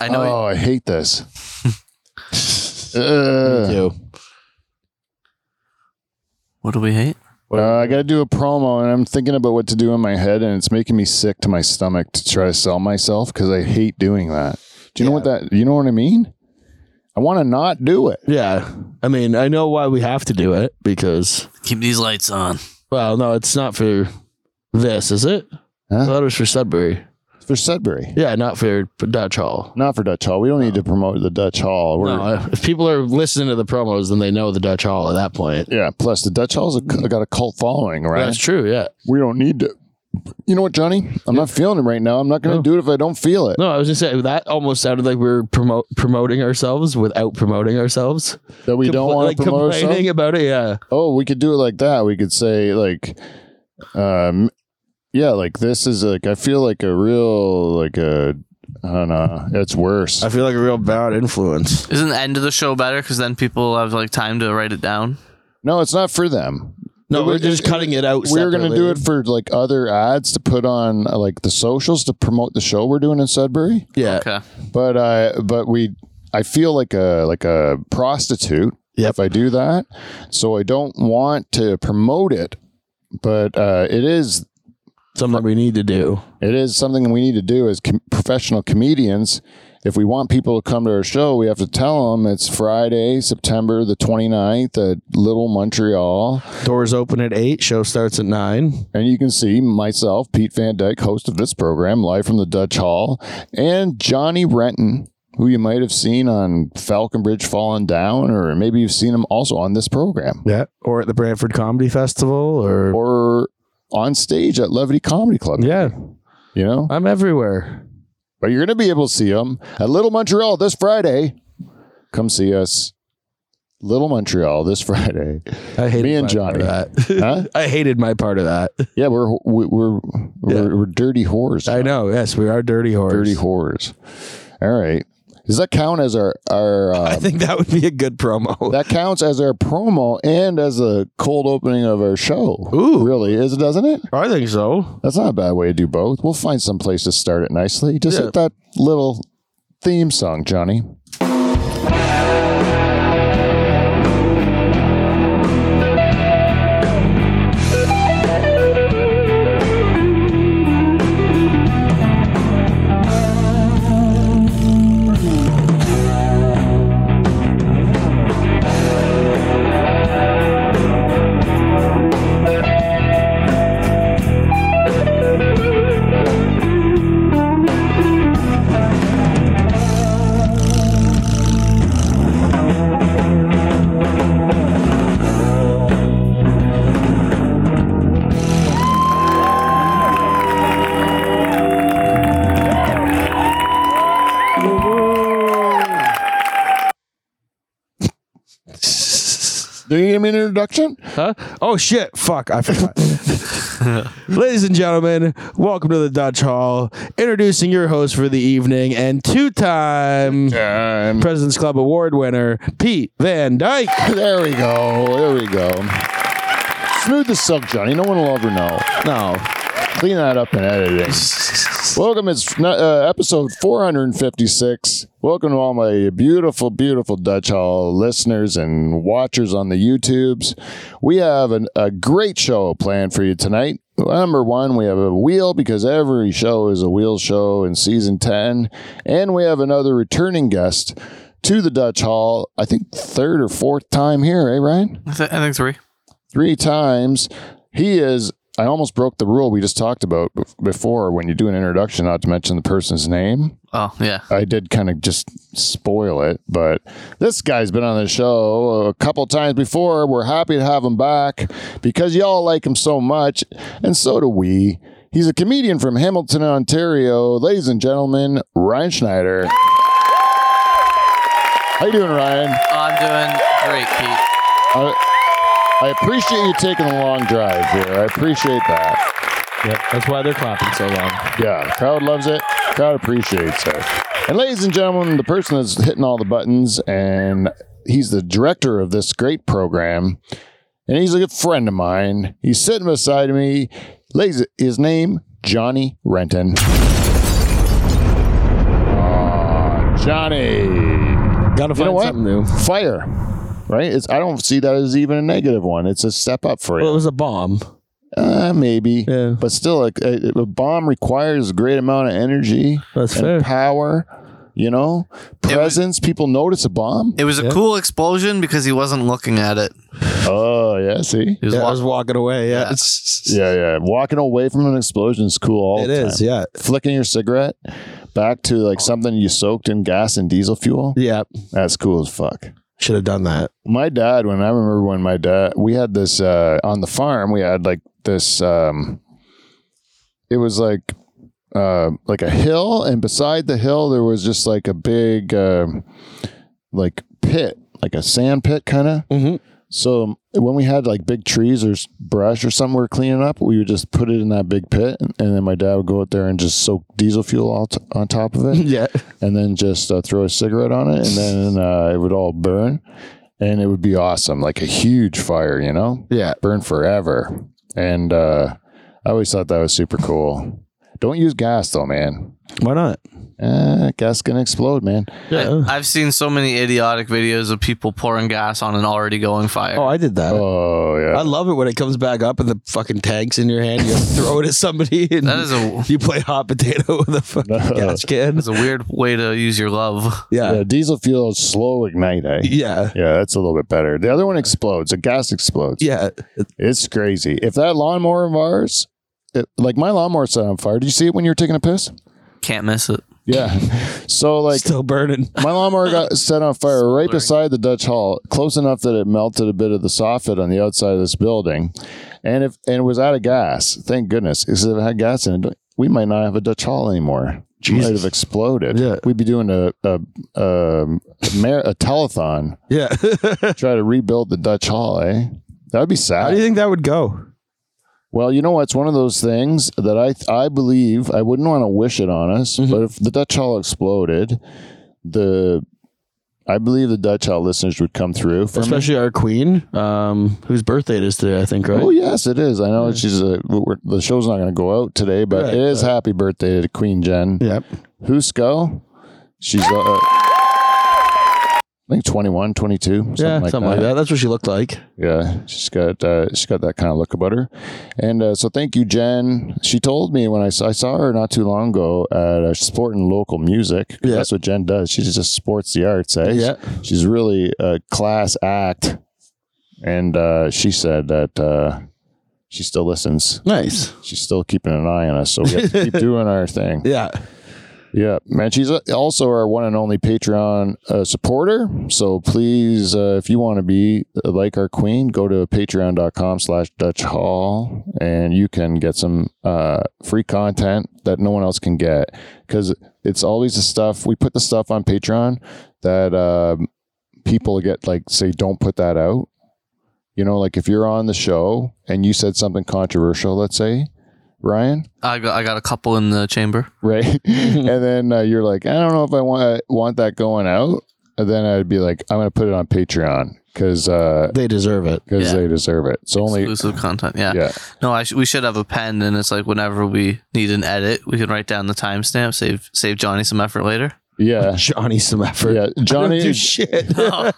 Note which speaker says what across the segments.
Speaker 1: I know.
Speaker 2: oh, I hate this. Ugh.
Speaker 3: too.
Speaker 1: What do we hate?
Speaker 2: Uh, I got to do a promo, and I'm thinking about what to do in my head, and it's making me sick to my stomach to try to sell myself because I hate doing that. Do you know what that? You know what I mean? I want to not do it.
Speaker 3: Yeah. I mean, I know why we have to do it because,
Speaker 1: Keep these lights on.
Speaker 3: well, no, it's not for this, is it? I
Speaker 2: Huh?
Speaker 3: thought it was for Sudbury.
Speaker 2: It's for Sudbury,
Speaker 3: Yeah, not for Dutch Hall.
Speaker 2: not for Dutch Hall. We don't need to promote the Dutch Hall. We're,
Speaker 3: No, if people are listening to the promos, then they know the Dutch Hall at that point.
Speaker 2: Yeah. Plus, the Dutch Hall's a, got a cult following, right?
Speaker 3: That's true. Yeah.
Speaker 2: we don't need to. You know what, Johnny? I'm not feeling it right now. I'm not going to
Speaker 3: No.
Speaker 2: do it if I don't feel it.
Speaker 3: No, I was just saying that almost sounded like we were promote, promoting ourselves without promoting ourselves.
Speaker 2: That we don't
Speaker 3: Compl-
Speaker 2: want
Speaker 3: like
Speaker 2: to promote ourselves.
Speaker 3: complaining about it. Yeah.
Speaker 2: oh, we could do it like that. We could say like, um, yeah, like this is like I feel like a real like a I don't know. It's worse.
Speaker 3: I feel like a real bad influence.
Speaker 1: Isn't the end of the show better? Because then people have like time to write it down.
Speaker 2: no, it's not for them.
Speaker 3: No,
Speaker 2: It
Speaker 3: we're
Speaker 2: was-
Speaker 3: just
Speaker 2: it-
Speaker 3: cutting it out.
Speaker 2: We were going to
Speaker 3: separately.
Speaker 2: do it for like other ads to put on uh, like the socials to promote the show we're doing in Sudbury.
Speaker 3: Yeah.
Speaker 1: Okay.
Speaker 2: But uh, but we, I feel like a like a prostitute
Speaker 3: Yep.
Speaker 2: if I do that. So I don't want to promote it, but uh, it is
Speaker 3: Something we need to do.
Speaker 2: It is something we need to do as com- professional comedians. If we want people to come to our show, we have to tell them it's Friday, September the 29th at Little Montreal.
Speaker 3: Doors open at eight. Show starts at nine.
Speaker 2: And you can see myself, Pete Van Dyke, host of this program, live from the Dutch Hall, and Johnny Renton, who you might have seen on Falcon Bridge Falling Down, or maybe you've seen him also on this program
Speaker 3: Yeah. Or at the Brantford Comedy Festival or,
Speaker 2: or on stage at Levity Comedy Club.
Speaker 3: yeah.
Speaker 2: You know?
Speaker 3: I'm everywhere.
Speaker 2: But you're going to be able to see them at Little Montreal this Friday. Come see us, Little Montreal this Friday.
Speaker 3: I hated
Speaker 2: Me and
Speaker 3: my part
Speaker 2: Johnny.
Speaker 3: of that.
Speaker 2: Huh?
Speaker 3: I hated my part of that.
Speaker 2: Yeah, we're we, we're,
Speaker 3: Yeah.
Speaker 2: we're we're dirty whores.
Speaker 3: I know. Yes, we are dirty whores.
Speaker 2: Dirty whores. All right. Does that count as our our?
Speaker 3: I
Speaker 2: Uh,
Speaker 3: think that would be a good promo.
Speaker 2: that counts as our promo and as a cold opening of our show.
Speaker 3: Ooh.
Speaker 2: really? Is it? Doesn't it?
Speaker 3: I think so.
Speaker 2: That's not a bad way to do both. We'll find some place to start it nicely. Just
Speaker 3: Yeah.
Speaker 2: hit that little theme song, Johnny. Do you give me an introduction?
Speaker 3: Huh? Oh shit! Fuck! I forgot. Ladies and gentlemen, welcome to the Dutch Hall. Introducing your host for the evening and two-time
Speaker 2: Um,
Speaker 3: Presidents Club Award winner, Pete Van Dyke.
Speaker 2: There we go. There we go. Smooth as silk, Johnny. No one will ever know.
Speaker 3: No,
Speaker 2: Clean that up in editing. Welcome. It's uh, episode 456. Welcome to all my beautiful, beautiful Dutch Hall listeners and watchers on the YouTubes. We have an, a great show planned for you tonight. Number one, we have a wheel because every show is a wheel show in season 10. And we have another returning guest to the Dutch Hall, I think third or fourth time here, eh, Ryan?
Speaker 1: I, th- I think three.
Speaker 2: three times. He is. I almost broke the rule we just talked about bef- before when you do an introduction, not to mention the person's name.
Speaker 1: Oh yeah.
Speaker 2: I did kind of just spoil it, but this guy's been on the show a couple times before. We're happy to have him back because y'all like him so much, and so do we. He's a comedian from Hamilton, Ontario. Ladies and gentlemen, Ryan Schneider. How you doing, Ryan?
Speaker 1: Oh, I'm doing great, Pete.
Speaker 2: I, I appreciate you taking a long drive here. I appreciate that.
Speaker 3: Yep, that's why they're clapping so long.
Speaker 2: Yeah, crowd loves it. Crowd appreciates it. And ladies and gentlemen, the person that's hitting all the buttons, and he's the director of this great program, and he's a good friend of mine. He's sitting beside me. Ladies, his name Johnny Renton. Aw, Johnny.
Speaker 4: Gotta
Speaker 2: You
Speaker 4: find
Speaker 2: know what?
Speaker 4: something new.
Speaker 2: Fire, right? It's I don't see that as even a negative one. It's a step up for
Speaker 4: Well, it
Speaker 2: you,
Speaker 4: was a bomb.
Speaker 2: uh, maybe.
Speaker 4: Yeah.
Speaker 2: But still, like, a, a bomb requires a great amount of energy
Speaker 4: That's
Speaker 2: and
Speaker 4: fair.
Speaker 2: power. You know, presence. people notice a bomb.
Speaker 1: It was a
Speaker 4: Yeah.
Speaker 1: cool explosion because he wasn't looking at it.
Speaker 2: oh yeah, see.
Speaker 1: He was
Speaker 4: Yeah, I
Speaker 1: wa-
Speaker 4: was walking away. Yeah,
Speaker 1: Yeah.
Speaker 2: Yeah, yeah. Walking away from an explosion is cool. All
Speaker 4: it
Speaker 2: the time.
Speaker 4: is. Yeah,
Speaker 2: Flicking your cigarette back to like something you soaked in gas and diesel fuel.
Speaker 4: yeah.
Speaker 2: That's cool as fuck.
Speaker 4: Should have done that.
Speaker 2: my dad when i remember when my dad we had this uh on the farm we had like this um it was like uh like a hill and beside the hill there was just like a big um like pit like a sand pit kind of
Speaker 4: Mm-hmm.
Speaker 2: so um, when we had like big trees or s- brush or something we were cleaning up we would just put it in that big pit and, and then my dad would go out there and just soak diesel fuel all t- on top of it
Speaker 4: Yeah,
Speaker 2: and then just uh, throw a cigarette on it, and then uh, it would all burn, and it would be awesome, like a huge fire, you know,
Speaker 4: yeah.
Speaker 2: burn forever. And uh, I always thought that was super cool. Don't use gas though, man.
Speaker 4: Why not?
Speaker 2: Eh, gas can explode, man.
Speaker 4: Yeah.
Speaker 1: I, have seen so many idiotic videos of people pouring gas on an already going fire.
Speaker 4: oh, I did that.
Speaker 2: Oh
Speaker 4: I
Speaker 2: yeah,
Speaker 4: love it when it comes back up and the fucking tank's in your hand. You throw it at somebody. And
Speaker 1: that is a
Speaker 4: you play hot potato with a fucking
Speaker 2: No.
Speaker 4: gas can.
Speaker 1: that's a weird way to use your love.
Speaker 4: Yeah,
Speaker 2: yeah. Diesel fuel is slow ignite, eh?
Speaker 4: yeah,
Speaker 2: Yeah, that's a little bit better. The other one explodes. The gas explodes.
Speaker 4: yeah.
Speaker 2: It's crazy. If that lawnmower of ours, it, like my lawnmower set on fire. Did you see it when you were taking a piss?
Speaker 1: Can't miss it.
Speaker 2: Yeah. So like
Speaker 4: Still burning.
Speaker 2: My lawnmower got set on fire right
Speaker 1: Smoldering.
Speaker 2: beside the Dutch Hall, close enough that it melted a bit of the soffit on the outside of this building, and if and it was out of gas. Thank goodness, because if it had gas in it, we might not have a Dutch Hall anymore.
Speaker 4: Jesus.
Speaker 2: Might have exploded.
Speaker 4: Yeah.
Speaker 2: We'd be doing a a, um, a, mar- a telethon,
Speaker 4: Yeah. How
Speaker 2: try to rebuild the Dutch Hall. Eh, that would be sad.
Speaker 4: do you think that would go?
Speaker 2: Well, you know what? It's one of those things that I I believe I wouldn't want to wish it on us,
Speaker 4: Mhm.
Speaker 2: but if the Dutch Hall exploded, the I believe the Dutch Hall listeners would come through. For me.
Speaker 4: Especially our queen, um, whose birthday it is today, I think, right?
Speaker 2: Oh yes, it is. I know she's a, we're, the show's not going to go out today, but
Speaker 4: Right,
Speaker 2: it is
Speaker 4: right.
Speaker 2: happy birthday to Queen Jen
Speaker 4: Yep.
Speaker 2: Husko. She's uh, uh, I think 21, 22, something,
Speaker 4: yeah,
Speaker 2: like,
Speaker 4: something
Speaker 2: that.
Speaker 4: like that. That's what she looked like.
Speaker 2: Yeah, she's got uh, she's got that kind of look about her, and uh, so thank you, Jen. She told me when I, s- I saw her not too long ago at a sport and local music. 'cause
Speaker 4: Yeah.
Speaker 2: That's what Jen does. She just sports the arts. Eh?
Speaker 4: Yeah.
Speaker 2: she's really a class act, and uh, she said that uh, she still listens.
Speaker 4: Nice.
Speaker 2: She's still keeping an eye on us, so we have to keep doing our thing.
Speaker 4: Yeah.
Speaker 2: Yeah, man. She's uh, also our one and only Patreon uh, supporter. So please, uh, if you want to be uh, like our queen, go to patreon.com slash Dutch Hall and you can get some uh, free content that no one else can get because it's always the stuff we put the stuff on Patreon that um, people get like say, don't put that out. You know, like if you're on the show and you said something controversial, let's say, Ryan,
Speaker 1: I got I got a couple in the chamber.
Speaker 2: right? and then uh, you're like, I don't know if I want want that going out. And then I'd be like, I'm going to put it on Patreon because
Speaker 4: They deserve it.
Speaker 1: Yeah.
Speaker 2: they deserve it. So only
Speaker 1: Exclusive content. Yeah.
Speaker 2: yeah,
Speaker 1: No, I sh- we should have a pen, and it's like whenever we need an edit, we can write down the timestamp. Save save Johnny some effort later.
Speaker 2: yeah,
Speaker 4: Johnny some effort.
Speaker 2: yeah.
Speaker 4: Johnny.
Speaker 2: Johnny,
Speaker 4: shit.
Speaker 1: No.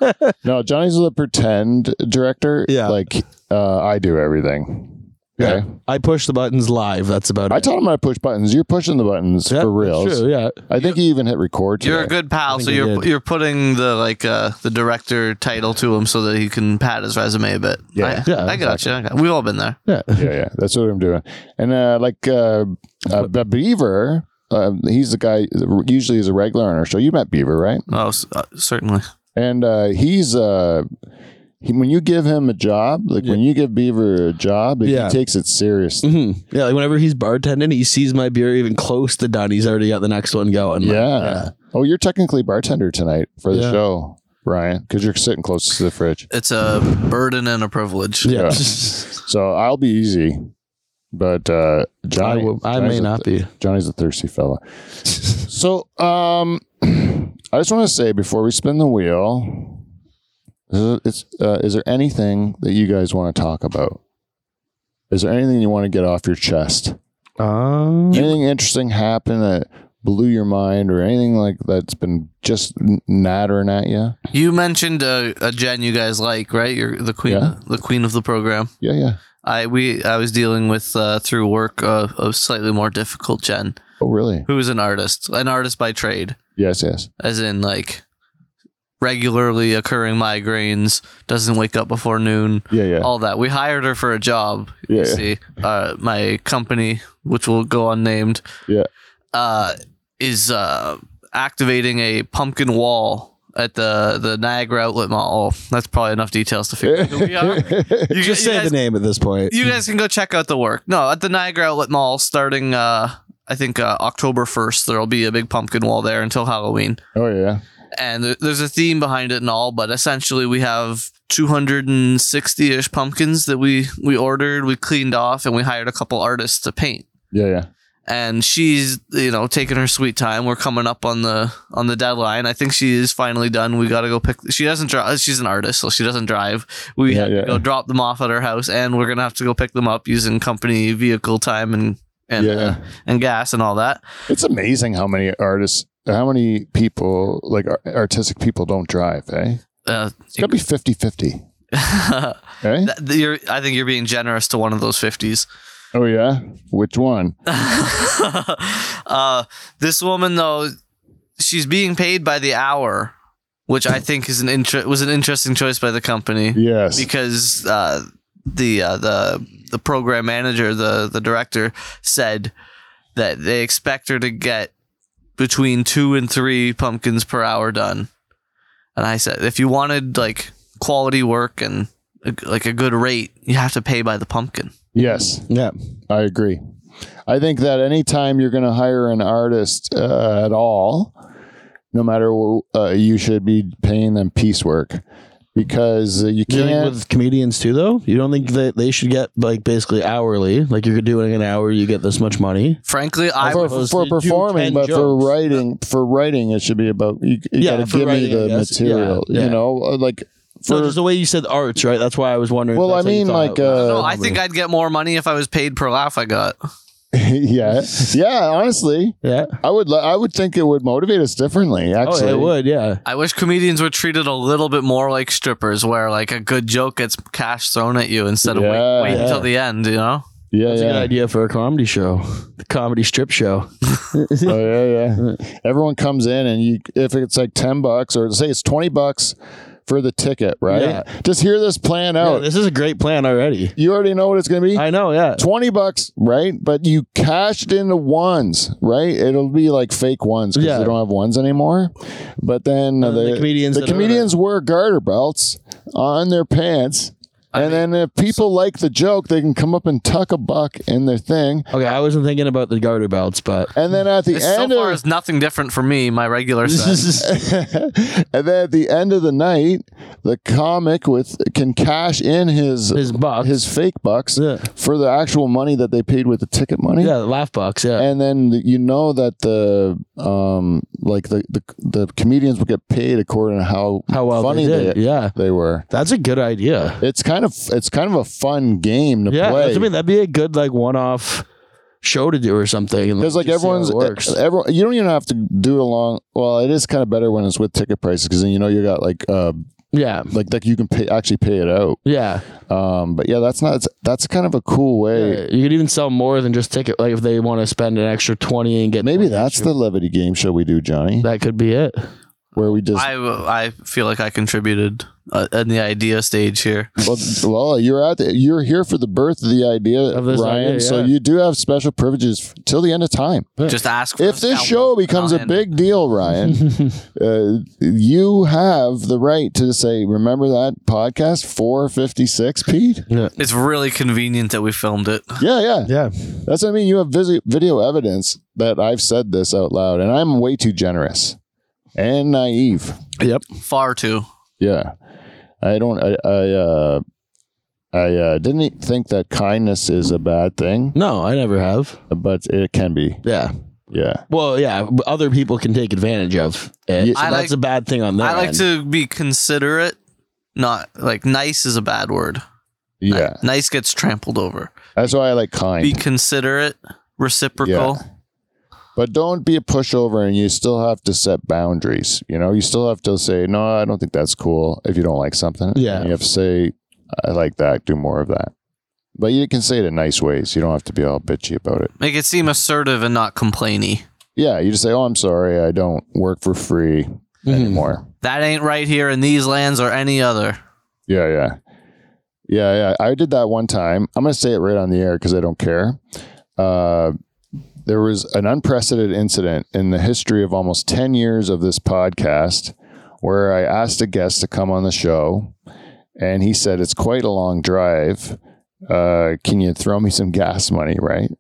Speaker 2: no, Johnny's the pretend director.
Speaker 4: Yeah.
Speaker 2: like uh, I do everything. Okay,
Speaker 4: I push the buttons live. That's about
Speaker 2: I
Speaker 4: it.
Speaker 2: taught him how to push buttons. You're pushing the buttons
Speaker 4: Yeah,
Speaker 2: for
Speaker 4: that's
Speaker 2: reals.
Speaker 4: True, yeah.
Speaker 2: I think he even hit record.
Speaker 1: You're a
Speaker 2: today.
Speaker 1: good pal,
Speaker 4: think
Speaker 1: so
Speaker 4: you
Speaker 1: you're
Speaker 4: did.
Speaker 1: you're putting the like uh, the director title to him so that he can pat his resume a bit.
Speaker 2: Yeah.
Speaker 1: I,
Speaker 4: Yeah,
Speaker 1: I got you. I got, we've all been there.
Speaker 4: Yeah.
Speaker 2: yeah, yeah, that's what I'm doing. And uh, like uh, uh, B- Beaver, uh, he's the guy. that Usually, is a regular on our show. You met Beaver, right?
Speaker 4: Uh-huh.
Speaker 1: Oh, s- uh, certainly.
Speaker 2: And uh, he's uh, he, when you give him a job, like when you give Beaver a job, like,
Speaker 4: Yeah.
Speaker 2: he takes it seriously.
Speaker 4: hmm Yeah. Like whenever he's bartending, he sees my beer even close to done. He's already got the next one going. Like,
Speaker 2: Yeah. Oh, you're technically bartender tonight for the
Speaker 4: Yeah.
Speaker 2: show, Ryan, because you're sitting close to the fridge.
Speaker 1: It's a burden and a privilege.
Speaker 4: Yeah.
Speaker 2: So I'll be easy, but uh,
Speaker 4: I,
Speaker 2: Johnny,
Speaker 4: will- I may
Speaker 2: Johnny's a
Speaker 4: not be.
Speaker 2: Johnny's a thirsty fella. so, um, I just want to say before we spin the wheel, is, it's, uh, is there anything that you guys want to talk about? Is there anything you want to get off your chest?
Speaker 4: Um,
Speaker 2: Anything interesting happened that blew your mind or anything like that's been just n- nattering at you?
Speaker 1: You mentioned a, a gen you guys like, right? You're the queen,
Speaker 2: Yeah.
Speaker 1: the queen of the program.
Speaker 2: Yeah, yeah.
Speaker 1: I we I was dealing with uh, through work uh, a slightly more difficult gen
Speaker 2: Oh, really?
Speaker 1: who is an artist, an artist by trade,
Speaker 2: Yes, yes.
Speaker 1: as in like regularly occurring migraines, doesn't wake up before noon,
Speaker 2: Yeah, yeah.
Speaker 3: Oh,
Speaker 1: all that. We hired her for a job.
Speaker 2: Yeah.
Speaker 1: You see, uh, my company, which will go unnamed,
Speaker 2: Yeah.
Speaker 1: uh, is uh, activating a pumpkin wall at the the Niagara Outlet Mall. Oh, That's probably enough details to figure out who we are. You,
Speaker 3: Just
Speaker 1: you
Speaker 3: say
Speaker 1: guys,
Speaker 3: the name at this point.
Speaker 1: You guys can go check out the work. No, at the Niagara Outlet Mall, starting uh, I think uh, October first, there'll be a big pumpkin wall there until Halloween
Speaker 2: oh, yeah.
Speaker 1: and th- there's a theme behind it and all but essentially we have 260ish pumpkins that we we ordered we cleaned off and we hired a couple artists to paint
Speaker 2: Yeah, yeah.
Speaker 1: and she's you know taking her sweet time we're coming up on the on the deadline i think she is finally done we gotta go pick she doesn't drive she's an artist so she doesn't drive we
Speaker 2: Yeah,
Speaker 1: have
Speaker 2: yeah.
Speaker 1: to go drop them off at her house and we're gonna have to go pick them up using company vehicle time and and,
Speaker 2: Yeah.
Speaker 1: uh, and gas and all that
Speaker 2: It's amazing how many artists, how many people, like ar- artistic people, don't drive, eh?
Speaker 1: uh,
Speaker 2: It's got to be 50 50, eh?
Speaker 1: that- you're, I think you're being generous to one of those 50s.
Speaker 2: oh, yeah. Which one?
Speaker 1: uh, this woman though, she's being paid by the hour, which I think is an inter- was an interesting choice by the company
Speaker 2: Yes.
Speaker 1: because uh, the uh, the the program manager, the the director said that they expect her to get between two and three pumpkins per hour done, and I said if you wanted like quality work and uh, like a good rate, you have to pay by the pumpkin.
Speaker 2: Yes.
Speaker 3: Yeah.
Speaker 2: I agree. I think that anytime you're going to hire an artist uh, at all, no matter what, uh, you should be paying them piecework because you
Speaker 3: Do you think
Speaker 2: can't.
Speaker 3: with comedians too, though? You don't think that they should get like basically hourly? Like you're doing an hour, you get this much money.
Speaker 1: Frankly, I
Speaker 2: for,
Speaker 1: would
Speaker 3: Opposed
Speaker 2: for
Speaker 3: to do
Speaker 2: performing,
Speaker 3: 10
Speaker 2: but for
Speaker 3: jokes.
Speaker 2: writing, for writing, it should be about you, you
Speaker 3: Yeah,
Speaker 2: got to
Speaker 3: for
Speaker 2: give
Speaker 3: writing,
Speaker 2: me the
Speaker 3: I guess. Yeah,
Speaker 2: material.
Speaker 3: yeah.
Speaker 2: You know, Uh, like
Speaker 3: no,
Speaker 2: for
Speaker 3: just the way you said arts, right? That's why I was wondering. if
Speaker 2: Well,
Speaker 3: that's
Speaker 2: I
Speaker 3: how you
Speaker 2: mean,
Speaker 3: thought
Speaker 2: like,
Speaker 3: it was.
Speaker 2: uh,
Speaker 1: No, I think I'd get more money if I was paid per laugh I got.
Speaker 2: yeah, yeah. Honestly,
Speaker 3: yeah.
Speaker 2: I would li- I would think it would motivate us differently. Actually,
Speaker 3: oh, it would. Yeah.
Speaker 1: I wish comedians were treated a little bit more like strippers, where like a good joke gets cash thrown at you instead of
Speaker 2: Yeah.
Speaker 1: wait, wait
Speaker 3: Yeah.
Speaker 1: until the end. You know,
Speaker 2: Yeah,
Speaker 3: That's a good
Speaker 2: yeah.
Speaker 3: idea for a comedy show, the comedy strip show.
Speaker 2: oh yeah, yeah. Everyone comes in, and you if it's like ten bucks, or say it's twenty bucks for the ticket, right?
Speaker 3: Yeah.
Speaker 2: Just hear this plan out.
Speaker 3: Yeah, Oh, this is a great plan already.
Speaker 2: you already know what it's going to be.
Speaker 3: I know. Yeah.
Speaker 2: Twenty bucks, right? But you cashed into ones, right? It'll be like fake ones because
Speaker 3: Yeah.
Speaker 2: they don't have ones anymore. But then uh,
Speaker 3: And
Speaker 2: the,
Speaker 3: the comedians
Speaker 2: the
Speaker 3: that own
Speaker 2: comedians wear garter belts on their pants.
Speaker 1: I
Speaker 2: and then if people like the joke, they can come up and tuck a buck in their thing.
Speaker 3: Okay, I wasn't thinking about the garter belts, but
Speaker 2: And then at the
Speaker 1: This so
Speaker 2: end
Speaker 1: far
Speaker 2: of
Speaker 1: is nothing different for me. My regular set.
Speaker 2: and then at the end of the night, the comic with can cash in his his,
Speaker 3: his bucks.
Speaker 2: fake bucks
Speaker 3: Yeah.
Speaker 2: for the actual money that they paid with the ticket money.
Speaker 3: yeah, the laugh box. Yeah.
Speaker 2: And then you know that the um like the the, the comedians will get paid according to how
Speaker 3: How well
Speaker 2: funny
Speaker 3: they did.
Speaker 2: they,
Speaker 3: yeah.
Speaker 2: they were.
Speaker 3: That's a good idea.
Speaker 2: It's kind of it's kind of a fun game to
Speaker 3: Yeah.
Speaker 2: play.
Speaker 3: that's- I mean, that'd be a good like one-off show to do or something. and
Speaker 2: Because like
Speaker 3: just see how it
Speaker 2: everyone's, e-,
Speaker 3: works.
Speaker 2: everyone, you don't even have to do it along. Well, it is kind of better when it's with ticket prices because then you know you got like uh
Speaker 3: yeah.
Speaker 2: like that you can pay actually pay it out.
Speaker 3: Yeah.
Speaker 2: Um, but yeah, that's not it's, that's kind of a cool way.
Speaker 3: Yeah, You could even sell more than just ticket. Like if they want to spend an extra twenty and get
Speaker 2: Maybe that's the levity game show we do, Johnny,
Speaker 3: that could be it.
Speaker 2: where we just
Speaker 1: I I feel like I contributed uh, in the idea stage here.
Speaker 2: well, well, you're at the, you're here for the birth of the idea,
Speaker 3: Of this
Speaker 2: Ryan.
Speaker 3: idea,
Speaker 2: So
Speaker 3: yeah.
Speaker 2: you do have special privileges f- till the end of time.
Speaker 1: Just ask for
Speaker 2: If
Speaker 1: a
Speaker 2: this
Speaker 1: scalpel,
Speaker 2: show becomes
Speaker 1: I'll
Speaker 2: a
Speaker 1: end it.
Speaker 2: big deal, Ryan, uh, you have the right to say, "Remember that podcast 456, Pete."
Speaker 1: it's really convenient that we filmed it.
Speaker 2: Yeah, yeah,
Speaker 3: Yeah.
Speaker 2: That's what I mean. You have visi- video evidence that I've said this out loud, and I'm way too generous and naive.
Speaker 3: Yep.
Speaker 1: Far too.
Speaker 2: Yeah, I don't. I I, uh, I uh, didn't e- think that kindness is a bad thing,
Speaker 3: No, I never have.
Speaker 2: but it can be.
Speaker 3: Yeah.
Speaker 2: Yeah,
Speaker 3: Well, yeah. but Other people can take advantage of it.
Speaker 2: Yeah.
Speaker 3: So
Speaker 1: I like-
Speaker 3: that's a bad thing on their
Speaker 1: I like
Speaker 3: end.
Speaker 1: to be considerate. Not like nice is a bad word.
Speaker 2: yeah.
Speaker 1: Nice gets trampled over.
Speaker 2: That's why I like kind.
Speaker 1: Be considerate, reciprocal.
Speaker 2: But don't be a pushover and you still have to set boundaries. You know, you still have to say, no, I don't think that's cool if you don't like something.
Speaker 3: Yeah.
Speaker 2: And you have to say, I like that, do more of that. But you can say it in nice ways. You don't have to be all bitchy about it.
Speaker 1: Make it seem assertive and not complainy.
Speaker 2: Yeah. You just say, oh, I'm sorry. I don't work for free
Speaker 3: Mm-hmm.
Speaker 2: anymore.
Speaker 1: That ain't right here in these lands or any other.
Speaker 2: Yeah, yeah. Yeah, yeah. I did that one time. I'm going to say it right on the air because I don't care. Uh, there was an unprecedented incident in the history of almost 10 years of this podcast where I asked a guest to come on the show, and he said, It's quite a long drive. Uh, can you throw me some gas money, right?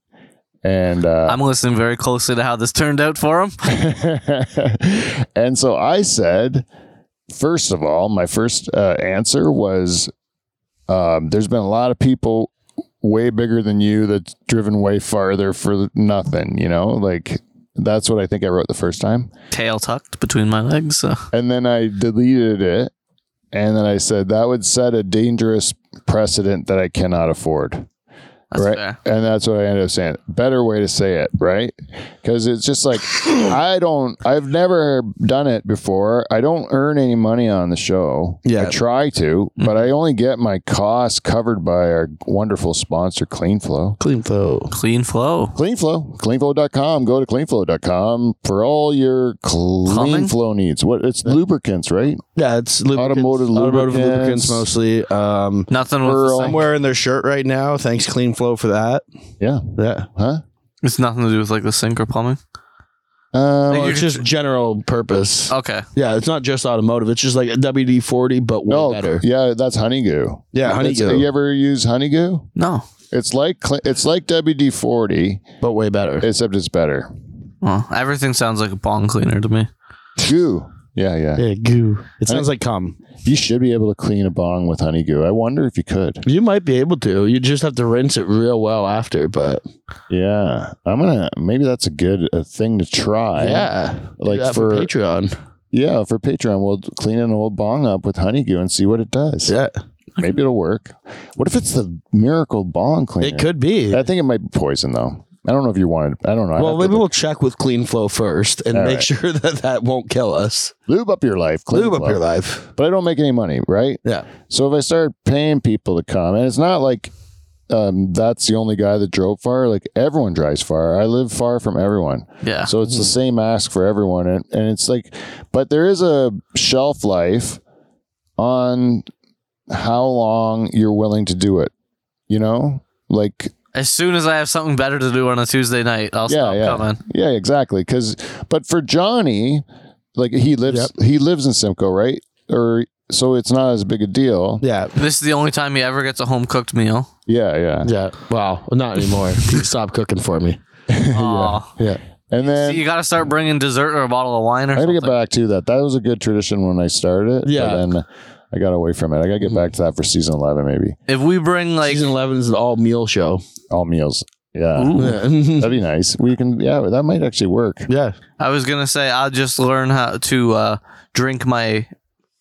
Speaker 2: And uh,
Speaker 1: I'm listening very closely to how this turned out for him.
Speaker 2: and so I said, first of all, my first uh, answer was um, there's been a lot of people way bigger than you that's driven way farther for nothing, you know? Like, that's what I think I wrote the first time.
Speaker 1: Tail tucked between my legs. So.
Speaker 2: And then I deleted it. And then I said, that would set a dangerous precedent that I cannot afford.
Speaker 1: That's
Speaker 2: right.
Speaker 1: fair.
Speaker 2: And that's what I ended up saying. Better way to say it, right? Because it's just like I don't. I've never done it before. I don't earn any money on the show.
Speaker 3: Yeah.
Speaker 2: I try to,
Speaker 3: Mm-hmm.
Speaker 2: but I only get my costs covered by our wonderful sponsor, CleanFlow.
Speaker 3: Clean flow.
Speaker 1: Clean flow.
Speaker 2: CleanFlow, cleanflow.com. Go to cleanflow.com for all your clean
Speaker 1: Plumbing?
Speaker 2: flow needs. What it's lubricants, right?
Speaker 3: Yeah, it's lubricants,
Speaker 2: Automotive lubricants.
Speaker 3: lubricants mostly. Um,
Speaker 1: Nothing with
Speaker 2: Earl.
Speaker 1: like,
Speaker 3: I'm wearing their shirt right now. Thanks, Clean Flow, for that.
Speaker 2: Yeah.
Speaker 3: Yeah.
Speaker 2: Huh?
Speaker 1: it's nothing to do with like the sink or plumbing.
Speaker 2: Um,
Speaker 3: Well, it's just general purpose.
Speaker 1: Okay.
Speaker 3: Yeah, it's not just automotive. It's just like a WD 40, but way
Speaker 2: no,
Speaker 3: better.
Speaker 2: yeah, that's honeygoo.
Speaker 3: Oh, Yeah,
Speaker 2: That's-
Speaker 3: honeydew,
Speaker 2: You ever use honeygoo?
Speaker 1: No.
Speaker 2: It's like cl- it's like WD forty,
Speaker 3: but way better.
Speaker 2: except it's better.
Speaker 1: Well, everything sounds like a bong cleaner to me.
Speaker 2: Goo. Yeah, yeah.
Speaker 3: yeah, goo. It sounds like cum.
Speaker 2: You should be able to clean a bong with honey goo. I wonder if you could.
Speaker 3: You might be able to. You just have to rinse it real well after, but
Speaker 2: Yeah, I'm gonna. Maybe that's a good uh thing to try.
Speaker 3: yeah,
Speaker 2: like
Speaker 3: Do that
Speaker 2: for-
Speaker 3: Patreon.
Speaker 2: yeah. For Patreon, we'll clean an old bong up with honey goo and see what it does.
Speaker 3: Yeah,
Speaker 2: Maybe it'll work. What if it's the miracle bong cleaner?
Speaker 3: it could be.
Speaker 2: I think it might be poison though. I don't know if you wanted. I don't know. I'd
Speaker 3: well,
Speaker 2: have
Speaker 3: maybe
Speaker 2: to look.
Speaker 3: we'll check with Clean Flow first and
Speaker 2: All
Speaker 3: make
Speaker 2: right.
Speaker 3: sure that that won't kill us.
Speaker 2: lube up your life. Clean
Speaker 3: Lube up
Speaker 2: flow.
Speaker 3: your life.
Speaker 2: But I don't make any money, right?
Speaker 3: Yeah.
Speaker 2: So if I start paying people to come, and it's not like um, that's the only guy that drove far. Like everyone drives far. I live far from everyone,
Speaker 1: Yeah.
Speaker 2: so it's the same ask for everyone. And, and it's like, but there is a shelf life on how long you're willing to do it. You know, like
Speaker 1: As soon as I have something better to do on a Tuesday night, I'll
Speaker 2: Yeah,
Speaker 1: stop
Speaker 2: yeah.
Speaker 1: coming.
Speaker 2: yeah, exactly. Because but for Johnny, like he lives he lives in Simcoe, right? Or so it's not as big a deal.
Speaker 3: Yeah.
Speaker 1: This is the only time he ever gets a home cooked meal.
Speaker 2: Yeah, yeah.
Speaker 3: Yeah. Wow. Not anymore. Stop cooking for me.
Speaker 1: Aw.
Speaker 3: Yeah.
Speaker 2: And then
Speaker 1: See, you got to start bringing dessert or a bottle of wine or
Speaker 2: I got to
Speaker 1: something.
Speaker 2: get back to that. That was a good tradition when I started. but
Speaker 3: Yeah.
Speaker 2: then I got away from it. I got to get back to that for season 11, maybe.
Speaker 1: If we bring like
Speaker 3: Season 11 is an all meal show.
Speaker 2: All meals. Yeah.
Speaker 3: Uh-huh.
Speaker 1: Ooh.
Speaker 3: Yeah.
Speaker 2: That'd be nice. We can, yeah, that might actually work.
Speaker 3: yeah.
Speaker 1: I was gonna say I'll just learn how to uh, drink my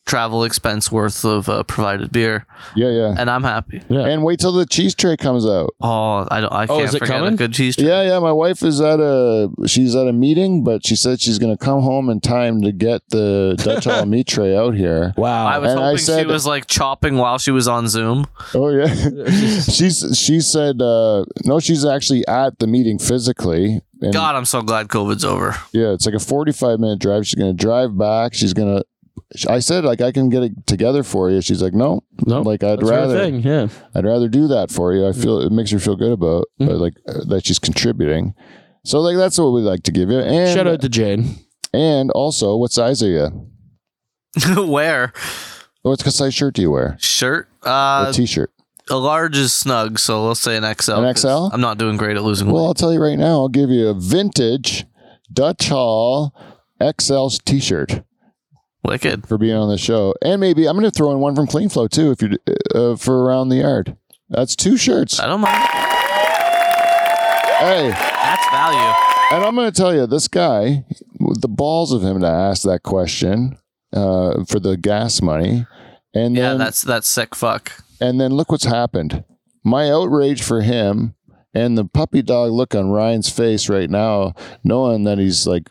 Speaker 1: travel expense worth of uh, provided beer,
Speaker 2: Yeah, yeah.
Speaker 1: and I'm happy.
Speaker 2: And wait till the cheese tray comes out.
Speaker 1: Oh, I don't. I
Speaker 3: Oh,
Speaker 1: can't
Speaker 3: is it
Speaker 1: forget
Speaker 3: coming?
Speaker 1: a good cheese. Tray.
Speaker 2: Yeah, yeah. My wife is at a she's at a meeting, but she said she's going to come home in time to get the Dutch Hall meat tray out here.
Speaker 3: Wow.
Speaker 1: I was
Speaker 2: Oh, And I
Speaker 1: hoping she
Speaker 2: said-
Speaker 1: was like chopping while she was on Zoom.
Speaker 2: Oh yeah, she's she said uh, no. She's actually at the meeting physically. And
Speaker 1: God, I'm so glad COVID's over.
Speaker 2: Yeah, it's like a 45 minute drive. She's going to drive back. She's going to, I said, like, I can get it together for you. She's like, no,
Speaker 3: no.
Speaker 2: like, I'd
Speaker 3: Oh, that's her
Speaker 2: rather,
Speaker 3: Thing. Mm. Yeah.
Speaker 2: I'd rather do that for you. I feel it makes her feel good about,
Speaker 3: Mm.
Speaker 2: but like, uh, that she's contributing. So, like, that's what we like to give you. And,
Speaker 3: Shout out to Jane.
Speaker 2: and also, what size are you?
Speaker 1: Where
Speaker 2: What size shirt do you wear?
Speaker 1: shirt?
Speaker 2: A
Speaker 1: Uh,
Speaker 2: t shirt.
Speaker 1: a large is snug, so let's say an XL.
Speaker 2: An
Speaker 1: 'cause
Speaker 2: XL?
Speaker 1: I'm not doing great at losing
Speaker 2: Well,
Speaker 1: weight.
Speaker 2: I'll tell you right now, I'll give you a vintage Dutch Hall XL t shirt.
Speaker 1: Wicked.
Speaker 2: for being on the show, and maybe I'm going to throw in one from Clean Flow too, if you are uh, for around the yard. That's two shirts.
Speaker 1: I don't mind.
Speaker 2: Hey,
Speaker 1: That's value.
Speaker 2: and I'm going to tell you, this guy, with the balls of him to ask that question uh, for the gas money, and
Speaker 1: Yeah,
Speaker 2: then
Speaker 1: that's that's sick. Fuck.
Speaker 2: and then look what's happened. My outrage for him and the puppy dog look on Ryan's face right now, knowing that he's like